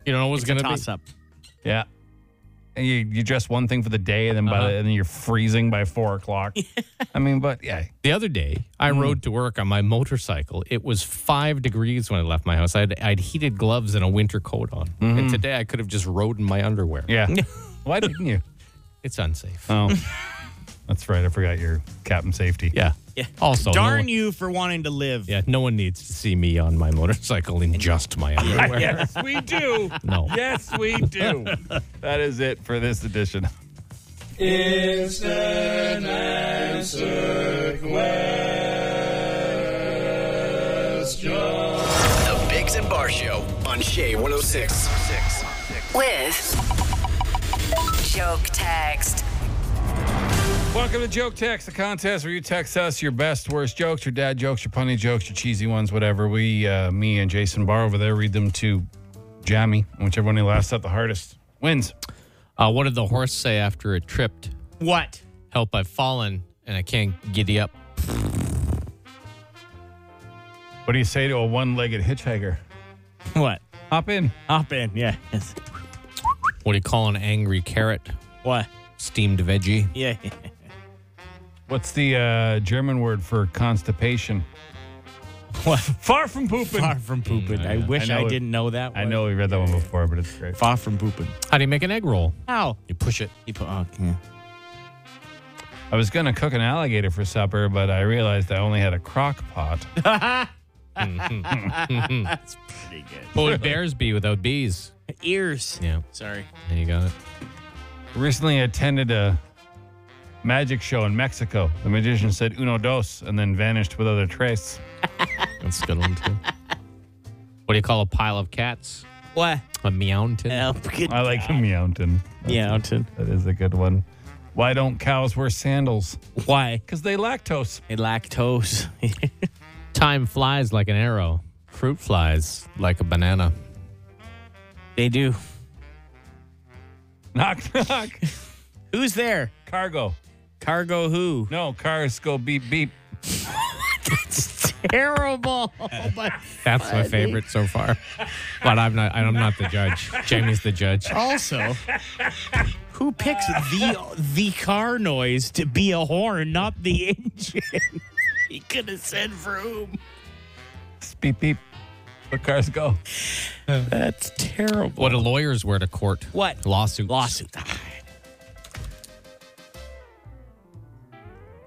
S3: You don't know what's
S4: It's a
S3: going to
S4: toss
S3: be.
S4: up.
S2: Yeah. And you, you dress one thing for the day, and then by
S3: Uh-huh.
S2: the, and then you're freezing by four o'clock. [laughs] I mean, but yeah,
S3: The other day, I
S4: Hmm.
S3: rode to work on my motorcycle. It was five degrees when I left my house. I had, I had heated gloves and a winter coat on.
S4: Mm-hmm.
S3: And today, I could have just rode in my underwear.
S2: yeah. [laughs] Why didn't you?
S3: It's
S4: Uh,
S3: unsafe.
S2: Oh, that's right. I forgot your captain safety.
S3: Yeah.
S4: Yeah.
S3: Also, no
S4: Darn
S3: one-
S4: you for wanting to live.
S3: Yeah, no one needs to see me on my motorcycle in just
S4: [laughs]
S3: my underwear.
S2: Yes, we do.
S3: No.
S2: Yes, we do. [laughs] that is it for this edition.
S1: The Biggs and Bar Show on Shea 106.
S12: With joke text.
S2: Welcome to Joke Text, the contest where you text us your best, worst jokes, your dad jokes, your punny jokes, your cheesy ones, whatever. We, uh, me and Jason Barr over there, read them to Jammy, and whichever one he laughs at the hardest wins.
S3: Uh, what did the horse say after it tripped?
S4: What?
S3: Help, I've fallen and I can't giddy up.
S2: What do you say to a one-legged hitchhiker?
S4: What?
S2: Hop in.
S4: Hop in. Yeah.
S3: What do you call an angry carrot?
S4: What?
S3: Steamed veggie.
S4: Yeah.
S2: What's the uh, German word for constipation? [laughs]
S4: What?
S2: Far from pooping.
S4: Far from pooping. I wish
S2: I
S4: Mm, I,
S2: know it-
S4: didn't know that.
S2: I
S4: one.
S2: know we read that one before, but it's great.
S4: Far from pooping.
S3: How do you make an egg
S4: [laughs]
S3: roll?
S4: How?
S3: You push it.
S4: You put. Oh, yeah.
S2: I was gonna cook an alligator for supper, but I realized I only had a crock pot.
S4: Pretty good.
S3: What would bears be without bees?
S4: Ears.
S3: Yeah,
S4: Sorry.
S3: there you got it.
S2: recently attended a magic show in Mexico. The magician said uno dos and then vanished without a trace.
S3: That's a good one,
S4: [laughs]
S3: too. what do you call a pile of cats?
S4: What?
S3: A meownton.
S4: Oh, good.
S2: I like Meownton.
S4: Meownton.
S2: That is a good one. Why don't cows wear sandals?
S4: Why?
S2: Because they lactose. [laughs]
S4: It lactose.
S3: Time flies like an arrow. Fruit flies like a banana.
S4: [laughs] they do.
S2: Knock, knock.
S4: Who's there?
S2: Cargo.
S4: Cargo who? [laughs]
S2: No, cars go beep, beep.
S4: Terrible. Oh, my
S3: That's my favorite so far. But I'm not. I'm not the judge. Jamie's the judge.
S4: [laughs] Also, who picks the the car noise to be a horn, not the [laughs] engine? he could have said vroom.
S2: It's beep, beep. The cars go.
S4: That's terrible.
S3: What do lawyers wear to court?
S4: What?
S3: lawsuits?
S4: Lawsuit.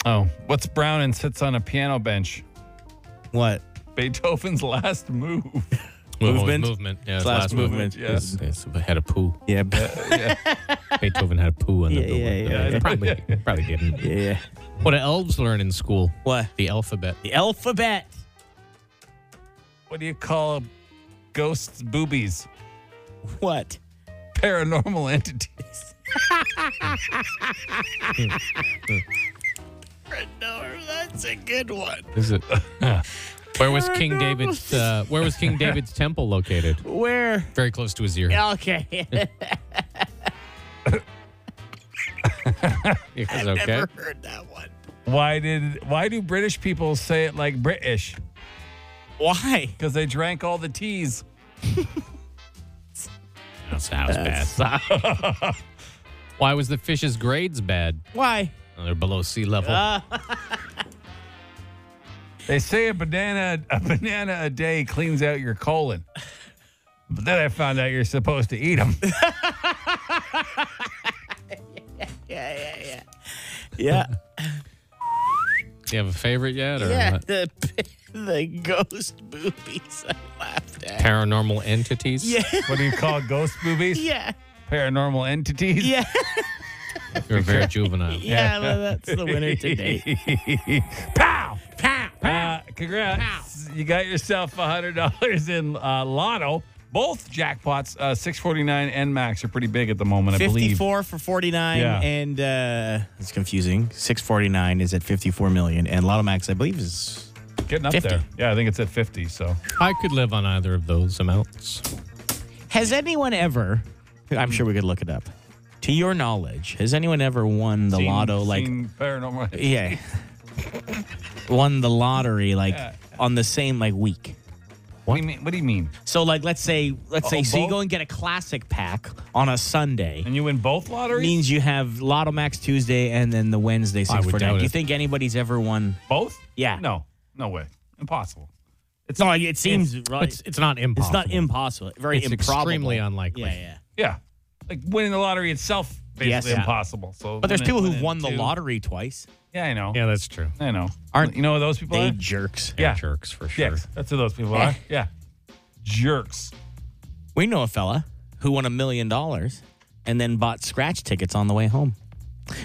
S2: Oh. What's brown and sits on a piano bench?
S4: What?
S2: Beethoven's [laughs] last move.
S4: Movement?
S3: Movement. Yeah, his
S4: Last
S3: last movement.
S4: movement, yeah.
S3: Yes. Yes, but had a poo.
S4: Yeah. [laughs]
S3: Beethoven had a poo in the
S4: Yeah,
S3: building.
S4: yeah, yeah,
S3: He
S4: yeah.
S3: Probably, he probably didn't.
S4: yeah.
S3: What do elves learn in school?
S4: What?
S3: The alphabet.
S4: The alphabet.
S2: What do you call ghosts' boobies?
S4: What?
S2: Paranormal entities.
S4: No, that That's a good one.
S3: Is it? where was King David's? Uh, where was
S4: [laughs]
S3: King David's temple located?
S4: Where?
S3: Very close to his ear.
S4: [laughs] Okay.
S3: It was
S4: I've
S3: okay.
S4: never heard that one.
S2: Why did why do British people say it like British?
S4: Why?
S2: Because they drank all the teas.
S3: That sounds
S4: Uh,
S3: bad. [laughs] Why was the fish's grades bad?
S4: Why?
S3: Oh, they're below sea level.
S2: [laughs] They say a banana a banana a day cleans out your colon. But then I found out you're supposed to eat them.
S4: Yeah, yeah, yeah. Yeah.
S3: Do you have a favorite yet, or
S4: [laughs]
S3: uh,
S4: yeah.
S3: what?
S4: The, [laughs] the ghost boobies I laughed [laughs] at.
S3: paranormal entities?
S4: Yeah.
S2: what do you call ghost movies?
S4: [laughs] Yeah.
S2: Paranormal entities?
S4: Yeah.
S3: You're
S4: [laughs]
S3: very juvenile.
S4: Yeah, well, that's the winner [laughs] today.
S2: [laughs] Pow! Pow! Uh, congrats. You got yourself $100 in uh, lotto. Both jackpots, uh, 649 and max, are pretty big at the moment, I believe.
S4: 54 for 49
S2: Yeah.
S4: and uh it's confusing 649 is at 54 million and lotto max i believe is
S2: Getting up
S4: 50.
S2: there. Yeah, I think it's at 50, so.
S3: I could live on either of those amounts.
S4: has anyone ever i'm sure we could look it up to your knowledge has anyone ever won the lotto like
S2: Seen paranormal.
S4: yeah [laughs] won the lottery like on the same like week
S2: What do you mean? What do you mean?
S4: so like let's say let's
S2: Oh,
S4: say so you
S2: both?
S4: go and get a classic pack on a sunday
S2: And you win both lotteries?
S4: means you have lotto max tuesday and then the wednesday
S3: I would
S4: 649
S3: doubt
S4: do you
S3: it.
S4: think anybody's ever won
S2: both?
S4: Yeah.
S2: No. No way. Impossible.
S4: no it seems right
S3: It's, it's not impossible.
S4: It's not impossible. Very
S3: It's
S4: improbable.
S3: extremely unlikely.
S4: Yeah, yeah.
S2: Yeah. Like winning the lottery itself, basically
S4: Yes. Yeah.
S2: impossible. So
S4: But there's
S2: win it-
S4: people
S2: win
S4: who've
S2: it
S4: won the
S2: too.
S4: lottery twice.
S2: Yeah, I know.
S3: Yeah, that's true.
S2: I know.
S4: Aren't
S2: you know who those people
S4: They
S2: are?
S4: jerks.
S2: Yeah.
S3: Jerks for sure.
S2: Dicks. That's who those people are. Yeah. Jerks.
S4: We know a fella who won a million dollars and then bought scratch tickets on the way home.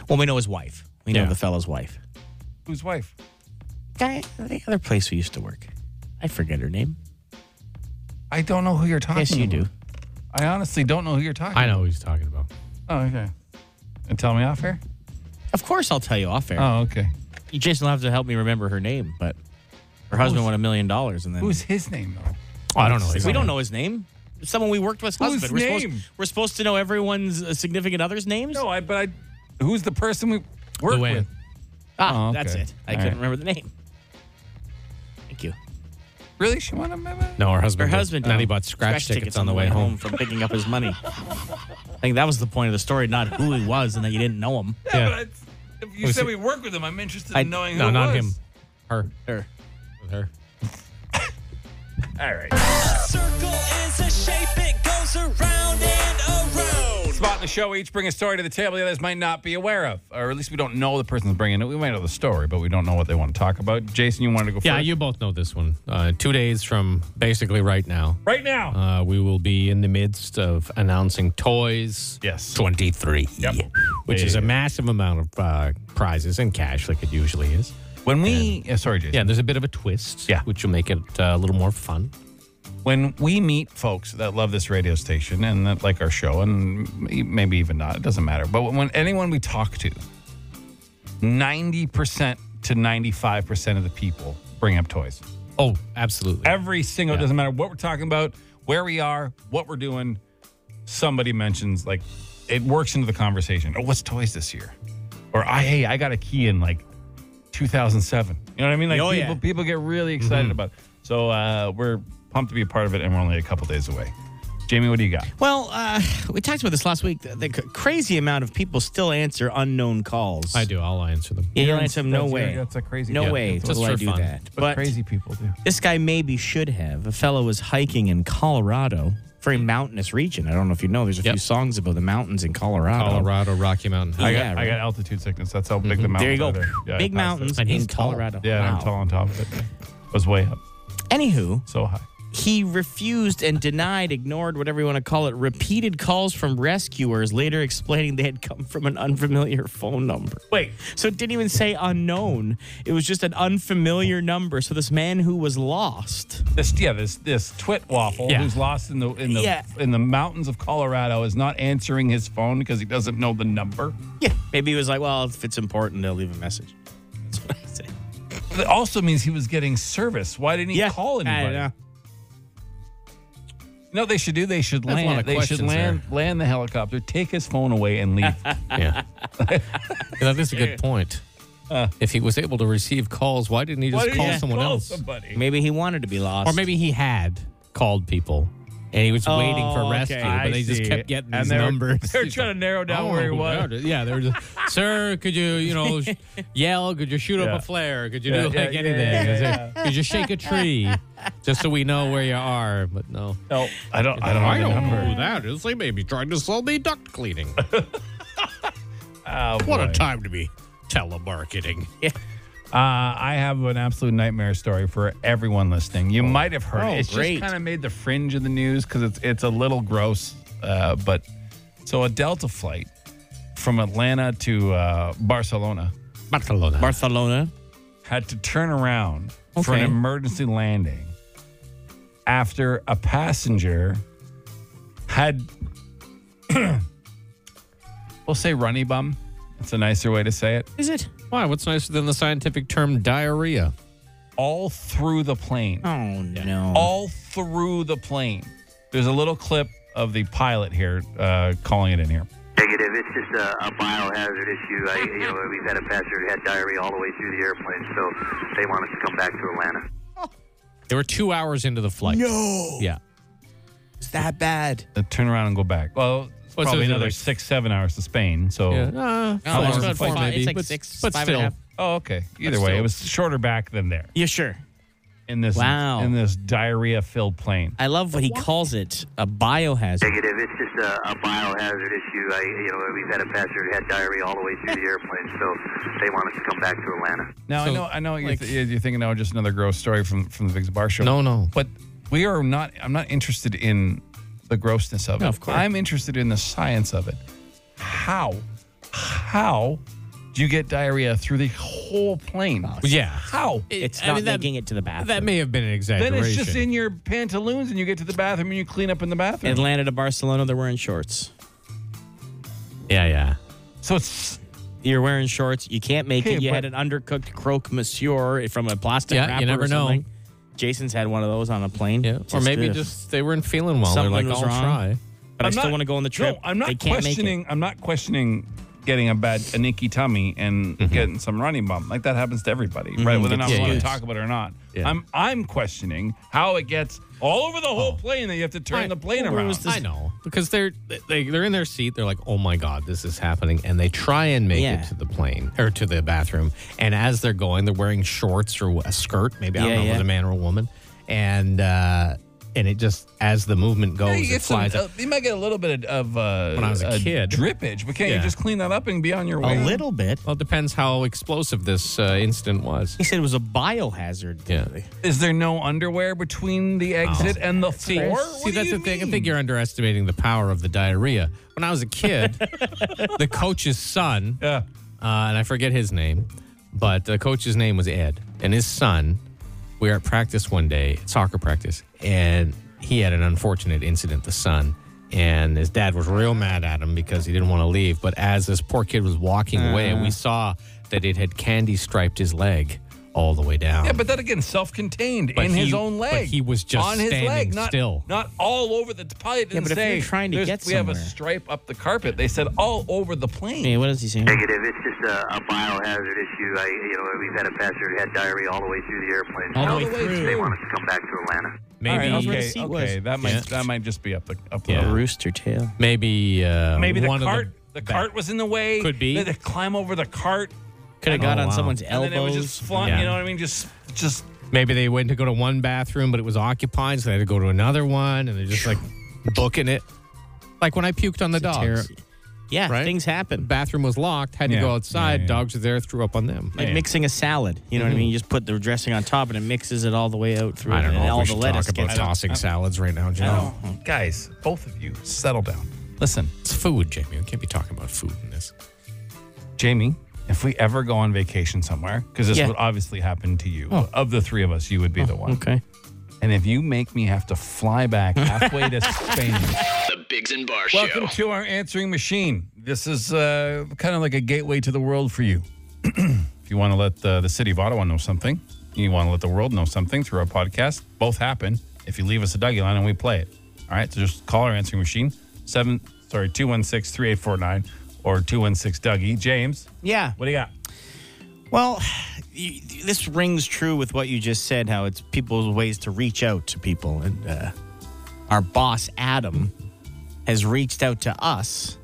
S4: Well, we know his wife. We know
S3: Yeah.
S4: the fella's wife.
S2: Whose wife?
S4: Guy, the other place we used to work. I forget her name.
S2: I don't know who you're talking
S4: Yes, you
S2: about.
S4: do.
S2: I honestly don't know who you're talking
S3: I know who he's talking about.
S2: about. Oh, okay. And tell me off here?
S4: Of course, I'll tell you off air.
S2: Oh, okay.
S4: You just will have to help me remember her name, but her husband won a million dollars and then.
S2: Who's his name, though?
S3: Oh, I don't know.
S4: we don't know his name. Someone we worked with,
S2: Whose
S4: husband. We're
S2: name?
S4: supposed, we're supposed to know everyone's uh, significant other's names.
S2: No, I, but I. Who's the person we work
S3: Luann.
S2: with?
S4: Ah,
S2: Oh,
S4: that's
S2: okay.
S4: it. I
S2: All
S4: couldn't
S2: right.
S4: remember the name. Thank you.
S2: Really? She won a million?
S3: No, her husband.
S4: Her
S3: did.
S4: husband
S3: And then he
S4: did.
S3: bought scratch, tickets, on the way home.
S4: from picking up his money. I think that was the point of the story, not who he was and that you didn't know him.
S3: Yeah.
S2: But I- if you
S3: Was
S2: said
S3: it-
S2: we work with him, I'm interested
S4: I-
S2: in knowing
S3: No,
S2: who
S3: not
S2: it
S3: him.
S2: was.
S3: Her.
S4: Her.
S3: With her.
S2: All right.
S5: Circle is a shape, it goes around and around.
S2: Spot in the show, we each bring a story to the table the others might not be aware of, or at least we don't know the person's bringing it. We might know the story, but we don't know what they want to talk about. Jason, you wanted to go
S3: Yeah,
S2: first?
S3: you both know this one. Uh, two days from basically right now,
S2: Right now.
S3: uh, we will be in the midst of announcing toys.
S2: Yes.
S3: 23.
S2: Yep.
S3: Which
S2: Yeah,
S3: is
S2: yeah,
S3: a
S2: yeah.
S3: massive amount of uh, prizes and cash, like it usually is.
S2: when we, yeah, sorry, Jason.
S3: Yeah, there's a bit of a twist,
S2: Yeah.
S3: which will make it uh, a little more fun.
S2: when we meet folks that love this radio station and that like our show, and m- maybe even not, it doesn't matter. But when anyone we talk to, 90% to 95% of the people bring up toys.
S3: Oh, absolutely.
S2: Every single, doesn't matter what we're talking about, where we are, what we're doing, somebody mentions, like, it works into the conversation. Oh, what's toys this year? Or, I, hey, I got a key in like 2007. You know what I mean? Like,
S4: Oh, yeah.
S2: people, people get really excited about it. So, uh, we're pumped to be a part of it, and we're only a couple days away. Jamie, what do you got?
S4: Well, uh, we talked about this last week. The, the c- crazy amount of people still answer unknown calls.
S3: I do. I'll answer them.
S4: You don't answer them. No
S2: That's-
S4: way.
S2: That's a crazy
S4: No
S2: yeah,
S4: way
S2: that's
S3: just
S4: will I
S3: for
S4: do
S3: fun.
S4: that.
S2: what crazy people do.
S4: This guy maybe should have. A fellow was hiking in Colorado, very mountainous region. I don't know if you know. There's a
S3: Yep.
S4: few songs about the mountains in Colorado.
S3: Colorado, Rocky Mountain.
S4: I
S2: I
S4: Yeah,
S2: got,
S4: got- I
S2: I
S4: right.
S2: got
S4: got
S2: altitude sickness. That's how big the mountains
S4: There you go.
S2: are.
S4: Big mountains
S3: And he's
S4: in
S3: tall.
S4: Colorado.
S2: Yeah,
S4: wow.
S2: I'm tall on top of it. was way up,
S4: Anywho,
S2: so high.
S4: he refused and denied, ignored, whatever you want to call it, repeated calls from rescuers, later explaining they had come from an unfamiliar phone number.
S2: Wait,
S4: So it didn't even say unknown. It was just an unfamiliar number. So this man who was lost.
S2: this yeah, this this twit waffle
S3: Yeah.
S2: who's lost in the in the
S4: Yeah.
S2: in the mountains of Colorado is not answering his phone because he doesn't know the number.
S4: Yeah. Maybe he was like, well, if it's important, they'll leave a message. That's what I say.
S2: That also means he was getting service. Why didn't he
S4: Yeah,
S2: call
S4: I don't
S2: anybody?
S4: know.
S2: You know what they should do? They should
S4: That's one
S2: land.
S4: of the
S2: They should
S4: questions
S2: land land the helicopter, take his phone away, and leave.
S3: yeah. Yeah, that is a good point. if he was able to receive calls, why didn't he
S2: Uh. Why
S3: just
S2: didn't
S3: call
S2: he just
S3: someone
S2: call
S3: else?
S2: somebody?
S4: Maybe he wanted to be lost.
S3: Or maybe he had called people and he was waiting
S2: Oh,
S3: for rescue, but they just kept getting these
S2: [laughs]
S3: numbers.
S2: They're trying to narrow down
S3: Oh,
S2: where he was.
S3: yeah, Yeah, they were just, sir, could you, you know,
S2: [laughs]
S3: sh- yell? Could you shoot
S2: Yeah.
S3: up a flare? Could you
S2: Yeah,
S3: do
S2: yeah,
S3: like
S2: yeah,
S3: anything?
S2: yeah,
S3: Is
S2: yeah,
S3: it- Could you shake a tree? Just so we know where you are, but no.
S2: No, I don't. I don't know.
S3: I
S2: the
S3: don't
S2: number.
S3: know who that is. They may be trying to sell me duct cleaning.
S2: [laughs] Oh,
S3: what a
S2: boy.
S3: time to be telemarketing. Yeah.
S2: Uh, I have an absolute nightmare story for everyone listening. You might have heard
S3: Oh,
S2: it. It's
S3: great.
S2: just kind of made the fringe of the news because it's it's a little gross. Uh, but so a Delta flight from Atlanta to uh, Barcelona
S3: Barcelona.
S4: Barcelona.
S2: had to turn around for an
S4: Okay.
S2: emergency landing after a passenger had, [clears throat] we'll say runny bum. It's a nicer way to say it.
S4: Is it?
S3: Why? What's nicer than the scientific term diarrhea?
S2: All through the plane.
S4: Oh no.
S2: all through the plane. There's a little clip of the pilot here uh, calling it in here.
S13: Negative. It's just a, a biohazard issue. I, you know, we've had a passenger who had diarrhea all the way through the airplane, so they want us to come back to Atlanta.
S3: They were two hours into the flight.
S4: No.
S3: Yeah.
S4: It's that bad.
S2: Uh, turn around and go back. Well, it's
S3: Well, so
S2: probably
S3: they're
S2: another
S3: like-
S2: six, seven hours to Spain. So,
S3: Yeah. Uh,
S4: No, it's
S2: was
S4: about
S2: the flight,
S4: five-
S2: maybe?
S4: It's like
S3: But-
S4: six,
S3: but
S4: five and a
S3: still.
S4: half.
S2: oh, okay. Either
S3: But
S2: way,
S3: still.
S2: it was shorter back than there
S4: Yeah, sure.
S2: in this
S4: Wow.
S2: in this diarrhea-filled plane.
S4: I love what he calls it a biohazard.
S13: Negative. It's just a, a biohazard issue. I, you know, we've had a passenger who had diarrhea all the way through the airplane, so they want us to come back to Atlanta.
S2: Now
S3: So,
S2: I know, I know what
S3: like-
S2: you're, th- you're thinking. Now just another gross story from from the Big Bar Show.
S3: No, no.
S2: but we are not. I'm not interested in the grossness of it.
S3: No, of course.
S2: I'm interested in the science of it. How, how do you get diarrhea through the whole plane?
S3: Yeah.
S2: How?
S4: It's
S3: I
S4: not
S3: mean, that-
S4: making it to the bathroom.
S3: That may have been an exaggeration.
S2: then it's just in your pantaloons, and you get to the bathroom and you clean up in the bathroom.
S4: Atlanta to Barcelona, they're wearing shorts.
S3: Yeah, yeah.
S2: so it's
S4: You're wearing shorts. You can't make
S2: Okay,
S4: it. You had
S2: but-
S4: an undercooked croque monsieur from a plastic
S3: Yeah, you
S4: wrapper.
S3: never
S4: or
S3: know.
S4: something. Jason's had one of those on a plane.
S3: Yeah. or maybe
S4: uh,
S3: just they weren't feeling well. They're like,
S4: something was
S3: I'll
S4: wrong.
S3: try.
S4: But i
S2: I'm
S4: still
S2: not-
S4: want to go on the trip.
S2: No, I'm
S4: They
S2: not
S4: can't make it.
S2: questioning. I'm not questioning getting a bad an icky tummy and getting some running bump. Like that happens to everybody, right? Whether or not we
S3: Mm-hmm. Yeah,
S2: want
S3: yeah.
S2: to talk about it or not.
S3: Yeah.
S2: I'm I'm questioning how it gets all over the whole plane that you have to turn
S3: I-
S2: the plane
S3: Oh. Where
S2: around.
S3: was this- I know because they're they, they're in their seat. They're like, oh my god, this is happening, and they try and make
S4: Yeah.
S3: it to the plane or to the bathroom. And as they're going, they're wearing shorts or a skirt. Maybe I
S4: Yeah,
S3: don't know if
S4: yeah.
S3: it's a man or a woman. And uh, and it just as the movement goes,
S2: Yeah, you,
S3: it
S2: get some-
S3: flies.
S2: uh, you might get a little bit of uh,
S3: When I was a
S2: uh,
S3: kid.
S2: drippage, but can't you
S3: Yeah.
S2: just clean that up and be on your way?
S4: a little bit.
S3: well, it depends how explosive this uh, incident was.
S2: [laughs]
S4: He said it was a biohazard.
S3: Yeah.
S2: Is there no underwear between the exit and the floor?
S3: See, Oh. that's the thing. I think you're underestimating the power of the diarrhea. When I was a kid,
S2: [laughs]
S3: the coach's son,
S2: Yeah.
S3: uh, and I forget his name, but the coach's name was Ed, and his son. We were at practice one day, soccer practice, and he had an unfortunate incident. The son and his dad was real mad at him because he didn't want to leave. But as this poor kid was walking away,
S2: Uh-huh.
S3: we saw that it had candy striped his leg all the way down.
S2: Yeah, but that again, self-contained
S3: But
S2: in his
S3: he-
S2: own
S3: but
S2: leg.
S3: he was just
S2: on his
S3: standing
S2: leg, not,
S3: still.
S2: not all over the pilot. Didn't
S4: but if
S2: say,
S4: you're trying to
S2: "There's-
S4: get
S2: we have a
S4: somewhere."
S2: stripe up the carpet. They said all over the plane.
S4: Hey, what is he saying?
S13: Negative. It's just a, a biohazard issue. I, you know, we've had a passenger who had diarrhea all the way through the airplane, so
S2: All the way
S13: they
S2: through.
S13: want us to come back to Atlanta.
S2: All
S3: maybe
S2: right,
S4: where
S2: okay,
S4: the seat
S2: okay,
S4: was.
S2: that might
S3: Yeah.
S2: that might just be up the up
S3: Yeah.
S2: the roof.
S4: Rooster tail.
S3: maybe uh,
S2: Maybe the
S3: one of
S2: cart the,
S3: back-
S2: cart was in the way.
S3: Could be.
S2: They had to climb over the cart,
S4: Could have got
S3: Oh,
S4: on
S3: wow.
S4: someone's
S2: and
S4: elbows.
S2: then it was just flung.
S3: Yeah.
S2: You know what I mean? Just just
S3: Maybe they went to go to one bathroom, but it was occupied, so they had to go to another one, and they're just like booking it. Like when I puked on the
S4: It's a
S3: dogs,
S4: terror- yeah,
S3: right?
S4: things happen.
S3: bathroom was locked, had
S2: Yeah.
S3: to go outside.
S2: Yeah, yeah.
S3: Dogs are there, threw up on them.
S4: Like mixing a salad. You know
S2: Mm-hmm.
S4: what I mean? You just put the dressing on top and it mixes it all the way out through.
S3: I don't
S4: it,
S3: know.
S4: And
S3: if
S4: all
S3: we
S4: the
S3: should
S4: lettuce
S3: talk about
S4: gets
S3: tossing salads right now, Jim.
S2: oh, guys, both of you settle down. Listen,
S3: It's food, Jamie. We can't be talking about food in this.
S2: Jamie, if we ever go on vacation somewhere, because this
S4: Yeah.
S2: would obviously happen to you. Of the three of us, you would be the one.
S4: Okay.
S2: And if you make me have to fly back halfway to Spain,
S1: The Biggs and Bar
S2: welcome
S1: Show.
S2: to our answering machine. This is uh, kind of like a gateway to the world for you. [clears throat] If you want to let the, the city of Ottawa know something, you want to let the world know something through our podcast, both happen if you leave us a Dougie line and we play it. All right, so just call our answering machine, seven sorry, 216 3849 or 216 Dougie. James,
S4: Yeah.
S2: what do you got?
S4: Well, [sighs] you, this rings true with what you just said. How it's people's ways to reach out to people, and uh, our boss Adam has reached out to us.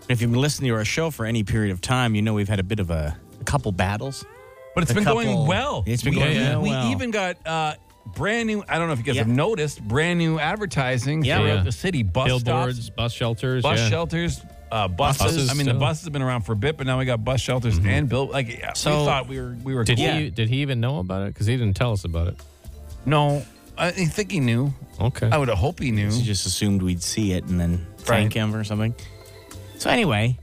S4: And if you've been listening to our show for any period of time, you know we've had a bit of a, a couple battles.
S2: But it's
S4: A
S2: been
S4: couple-
S2: going well.
S4: It's been
S2: we,
S4: going
S2: we-
S4: real
S2: We
S4: well.
S2: even got uh, brand new. I don't know if you guys have noticed brand new advertising
S3: Yeah.
S2: throughout
S3: Yeah.
S2: the city. Bus
S3: Billboards,
S2: stops,
S3: bus shelters,
S2: bus
S3: yeah.
S2: shelters, uh, buses.
S3: Buses
S2: I mean,
S3: still.
S2: the buses have been around for a bit, but now we got bus shelters and bill. Like yeah,
S3: So-
S2: we thought we were we were.
S3: Did
S2: cool.
S3: he? Did he even know about it? Because he didn't tell us about it.
S2: No, I think he knew.
S3: Okay.
S2: I would have hoped he knew.
S4: He just assumed we'd see it and then thank him or something. So anyway,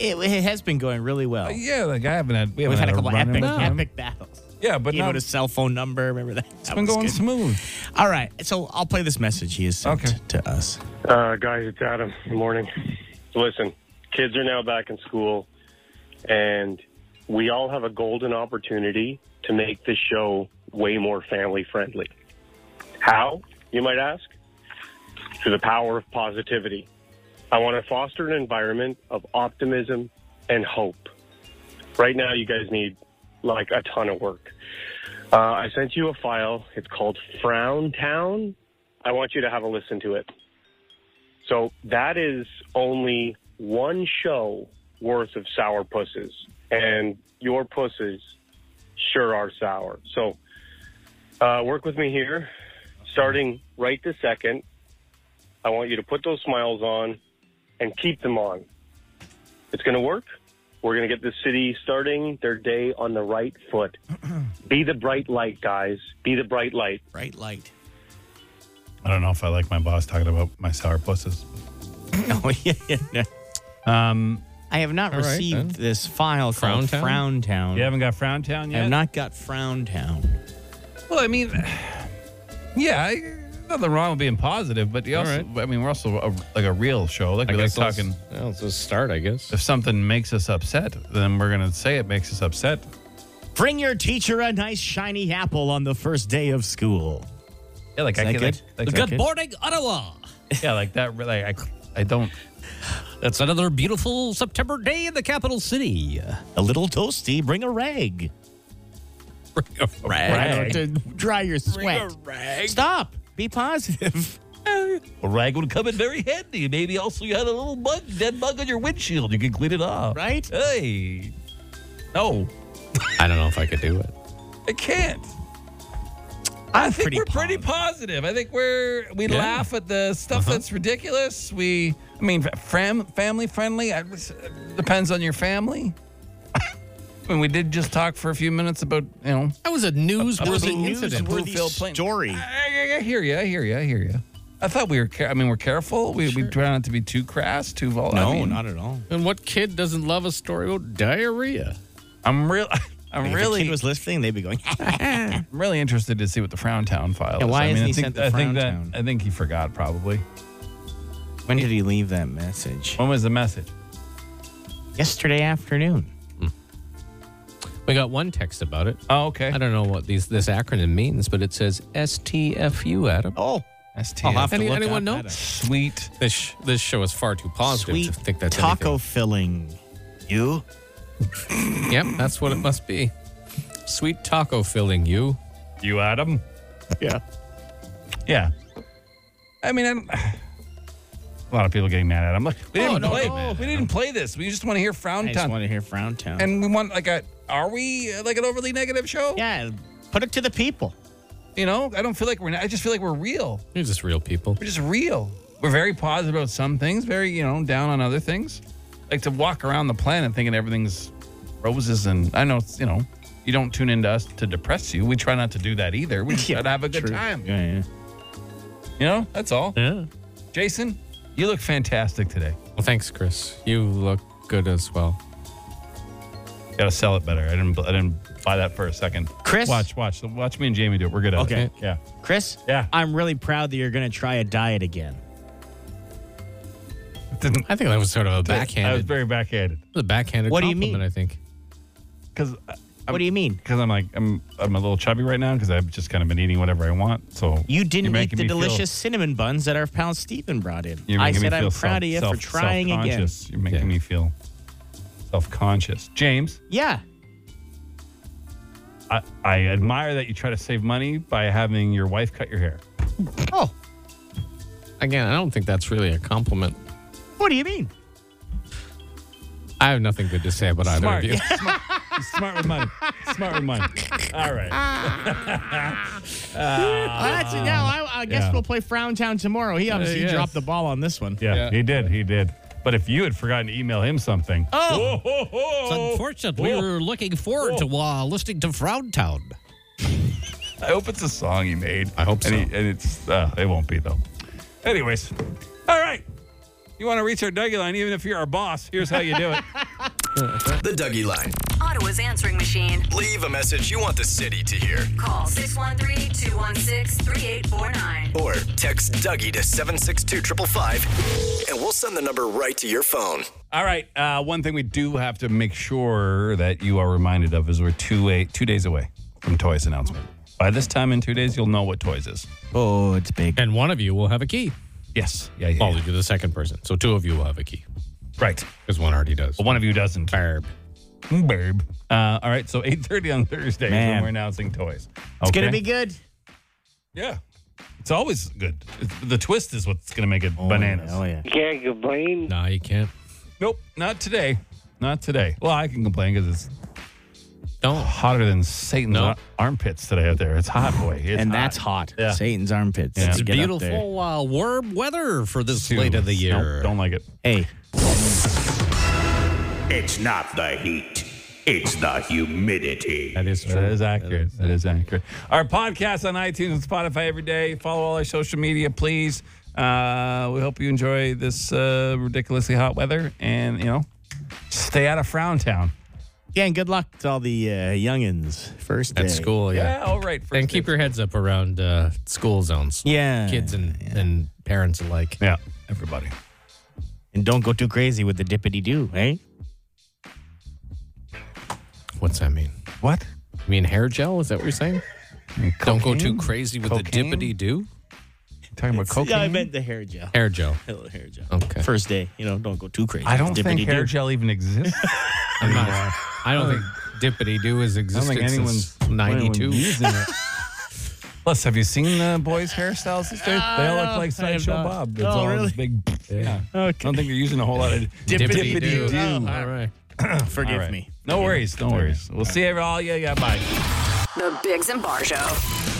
S4: it, it has been going really well.
S2: Yeah, like I haven't had. We
S4: We've
S2: haven't
S4: had a
S2: had
S4: couple
S2: run-in
S4: epic,
S2: with him.
S4: epic battles.
S2: Yeah, but
S4: Gave
S2: now-
S4: out his cell phone number. Remember that? It's
S2: been going smooth.
S4: All right, so I'll play this message he has sent to us.
S14: Uh, guys, it's Adam. Good morning. Listen, kids are now back in school, and we all have a golden opportunity to make this show way more family friendly. How, you might ask? Through the power of positivity. I want to foster an environment of optimism and hope. Right now, you guys need like a ton of work. Uh, I sent you a file. It's called Frown Town. I want you to have a listen to it. So that is only one show worth of sour pusses, and your pusses sure are sour. So uh, work with me here, starting right this second. I want you to put those smiles on and keep them on. It's going to work. We're going to get the city starting their day on the right foot. [clears throat] Be the bright light, guys. Be the bright light.
S4: Bright light.
S2: I don't know if I like my boss talking about my sour pluses.
S4: [laughs] oh yeah, yeah, yeah.
S2: Um,
S4: I have not
S2: all right,
S4: received
S2: then.
S4: this file
S2: Frown
S4: called
S2: Town?
S4: Frown Town.
S2: You haven't got Frown Town
S4: I
S2: yet.
S4: have not got Frown Town.
S2: Well, I mean, [sighs] yeah, I, nothing wrong with being positive, but you
S3: All
S2: also, I mean, we're also a, like a real show. Like
S3: I
S2: we like
S3: guess let's-
S2: talking.
S3: yeah, let's just start, I guess.
S2: If something makes us upset, then we're gonna say it makes us upset.
S4: Bring your teacher a nice shiny apple on the first day of school.
S2: Yeah, like
S4: Is
S2: I
S4: that
S2: can.
S4: good?
S2: Like, like,
S4: Good
S2: like-
S4: morning,
S3: Ottawa.
S2: [laughs] Yeah, like that. Like I, I don't.
S3: It's another beautiful September day in the capital city.
S4: A little toasty. Bring a rag.
S2: Rag.
S4: To dry your sweat. Stop. Be positive.
S2: A rag would come in very handy. Maybe also you had a little bug, dead bug on your windshield. You can clean it off.
S4: Right?
S2: Hey. No,
S3: I don't know if I could do it.
S2: I can't. I think
S3: Pretty
S2: we're pretty positive. I think we're we
S3: Yeah. Uh-huh.
S2: laugh at the stuff that's ridiculous. We, I mean, fam, family friendly. I, it depends on your family. [laughs] I mean, we did just talk for a few minutes about you know
S3: That was a
S2: That was a
S3: newsworthy incident.
S2: newsworthy
S4: story.
S2: I, I- I hear you. I hear you. I hear you. I thought we were. Care- I mean, we're careful. We, we try not to be too crass, too volatile.
S4: No,
S2: I mean,
S4: not at all.
S3: And what kid doesn't love a story about diarrhea?
S2: I'm real. [laughs] I'm
S4: If a
S2: really.
S4: kid was listening, they'd be going.
S2: I'm really interested to see what the Frown Town file
S4: Yeah,
S2: is.
S4: why
S2: I mean,
S4: hasn't
S2: I
S4: he
S2: think,
S4: sent the
S2: I
S4: Frown
S2: think that
S4: Town?
S2: I think he forgot probably.
S4: when did he leave that message?
S2: When was the message?
S4: Yesterday afternoon.
S3: We got one text about it.
S2: Oh, okay.
S3: I don't know what these this acronym means, but it says STFU, Adam.
S4: Oh,
S2: STF.
S3: I'll have to look up that.
S2: uh, Sweet.
S3: This sh- this show is far too positive
S4: Sweet
S3: to think that's
S4: taco filling. You?
S3: anything. Yep, that's what it must be. Sweet taco filling, you.
S2: You Adam?
S4: Yeah.
S2: Yeah. I mean, I'm, [sighs] a lot of people getting mad at him. Look, we
S3: Oh,
S2: didn't
S3: no,
S2: play.
S3: no.
S2: We didn't play this. We just want to hear Frown
S4: I just
S2: Town,
S4: want to hear Frown Town.
S2: and we want like a. Are we uh, like an overly negative show?
S4: yeah, put it to
S2: [laughs]
S4: the people.
S2: You know, I don't feel like we're. I just feel like we're real.
S3: You're just real people.
S2: We're just real. We're very positive about some things, very you know down on other things. Like to walk around the planet thinking everything's roses and I know it's you know you don't tune into us to depress you. We try not to do that either.
S4: [laughs]
S2: We just try to have a good
S4: True.
S2: time.
S4: Yeah, yeah.
S2: You know, that's all.
S3: Yeah.
S2: Jason, you look fantastic today.
S3: Well, thanks, Chris. You look good as well.
S2: Got to sell it better. I didn't. I didn't buy that for a second.
S4: Chris?
S2: watch, watch, watch me and Jamie do it. We're good at
S4: Okay.
S2: it. Yeah.
S4: Chris?
S2: Yeah.
S4: I'm really proud that you're going to try a diet again.
S3: I think that was sort of a
S2: I was
S3: backhanded,
S2: very backhanded
S3: a backhanded
S4: What do you
S3: compliment.
S4: mean?
S3: I think
S2: because
S4: what do you mean?
S2: Because I'm like I'm I'm a little chubby right now because I've just kind of been eating whatever I want. So
S4: You didn't
S2: you're
S4: eat
S2: making
S4: the
S2: me feel-
S4: delicious cinnamon buns that our pal Steven brought in.
S2: you're
S4: I
S2: making me
S4: said I'm
S2: feel
S4: proud of you
S2: self-
S4: for trying again.
S2: self-conscious. You're making me feel self conscious, James.
S4: Yeah.
S2: I, I admire that you try to save money by having your wife cut your hair.
S4: Oh,
S3: Again, I don't think that's really a compliment.
S4: what do you mean?
S3: I have nothing good to say about either
S2: Smart.
S3: of
S4: [laughs]
S3: you.
S2: smart, smart with money. Smart with money. All
S4: [laughs]
S2: right.
S4: Well, that's it. Now I, I guess
S2: Ah. yeah. Uh,
S4: we'll play Frown Town tomorrow. He obviously
S2: yes.
S4: dropped the ball on this one.
S2: Yeah, he did. He did. But if you had forgotten to email him something, Whoa,
S4: Oh.
S2: ho, ho.
S3: It's unfortunate. We
S2: Whoa.
S3: were looking forward to uh, listening to Frown Town.
S2: I hope it's a song he made. I
S3: hope
S2: And, he, and it's uh, it won't be though. Anyways, all right. You want to reach our Dougie line, even if you're our boss. Here's how you do it.
S1: The Dougie Line.
S12: Ottawa's answering machine.
S1: Leave a message you want the city to hear.
S12: Call 613 216 3849.
S1: Or text Dougie to 762 555 and we'll send the number right to your phone.
S2: All right. Uh, one thing we do have to make sure that you are reminded of is we're two eight two days away from Toys announcement. By this time in two days, you'll know what Toys is.
S4: Oh, it's big.
S3: And one of you will have a key.
S2: Yes. Yeah. yeah,
S3: Oh,
S2: yeah.
S3: you're the second person. So two of you will have a key
S2: Right.
S3: because one already does.
S2: But one of you doesn't.
S3: Barb.
S2: Babe. Uh, all right. So eight thirty on Thursday is when
S4: Man.
S2: we're announcing Toys.
S4: It's gonna
S2: Okay?
S4: be good.
S2: Yeah. It's always good. It's- The twist is what's going to make it bananas.
S4: Oh yeah.
S14: Can't complain.
S3: No, you can't.
S2: Nope, not today. Not today. Well, I can complain because it's
S3: Don't.
S2: hotter than Satan's
S3: Nope.
S2: ar- armpits today out there. It's hot, boy. It's
S4: and that's hot.
S2: Yeah.
S4: Satan's armpits.
S2: Yeah.
S3: It's
S4: Get up there.
S3: beautiful, uh, warm weather for this
S2: Dude,
S3: late of the
S2: nope,
S3: year.
S2: don't like it.
S4: Hey,
S15: It's not the heat, it's the humidity.
S3: That is true.
S2: That is accurate. That is accurate. Our podcast on iTunes and Spotify every day. Follow all our social media, please. Uh, we hope you enjoy this uh, ridiculously hot weather, and you know, stay out of Frown Town.
S4: yeah, and good luck to all the uh, youngins first day
S3: At school, yeah.
S2: Yeah, all right. First
S3: And keep your heads up around uh, school zones.
S4: Yeah,
S3: Kids and, and parents alike.
S2: yeah, everybody.
S4: and don't go too crazy with the dippity do, eh?
S3: What's that mean?
S2: What?
S3: You mean hair gel? Is that what you're saying? Don't go too crazy with
S2: Cocaine?
S3: the dippity do.
S2: Talking about cocaine.
S4: Yeah, I meant the hair gel.
S3: Hair gel.
S4: Hair, hair gel.
S3: Okay.
S4: First day, you know, don't go too crazy.
S2: I don't
S4: Dippity
S2: think hair
S4: do.
S2: gel even exists.
S3: I'm not, I
S2: Oh.
S3: don't think dippity do has existed since
S2: anyone
S3: 92.
S2: using it. Plus, have you seen the boys' hairstyles these days? They all look
S4: No, I
S2: like
S4: have
S2: Sideshow
S4: not.
S2: Bob.
S4: Oh,
S2: all
S4: really?
S2: Big, yeah. I
S4: [laughs] Okay.
S2: don't think they're using a whole lot of
S4: Dippity-doo.
S2: dippity-doo.
S4: Oh, all
S3: All right.
S4: Forgive
S2: All right.
S4: me.
S2: No worries. No worries. We'll see you all. Yeah, yeah. Bye.
S12: The Bigs and Bar Show.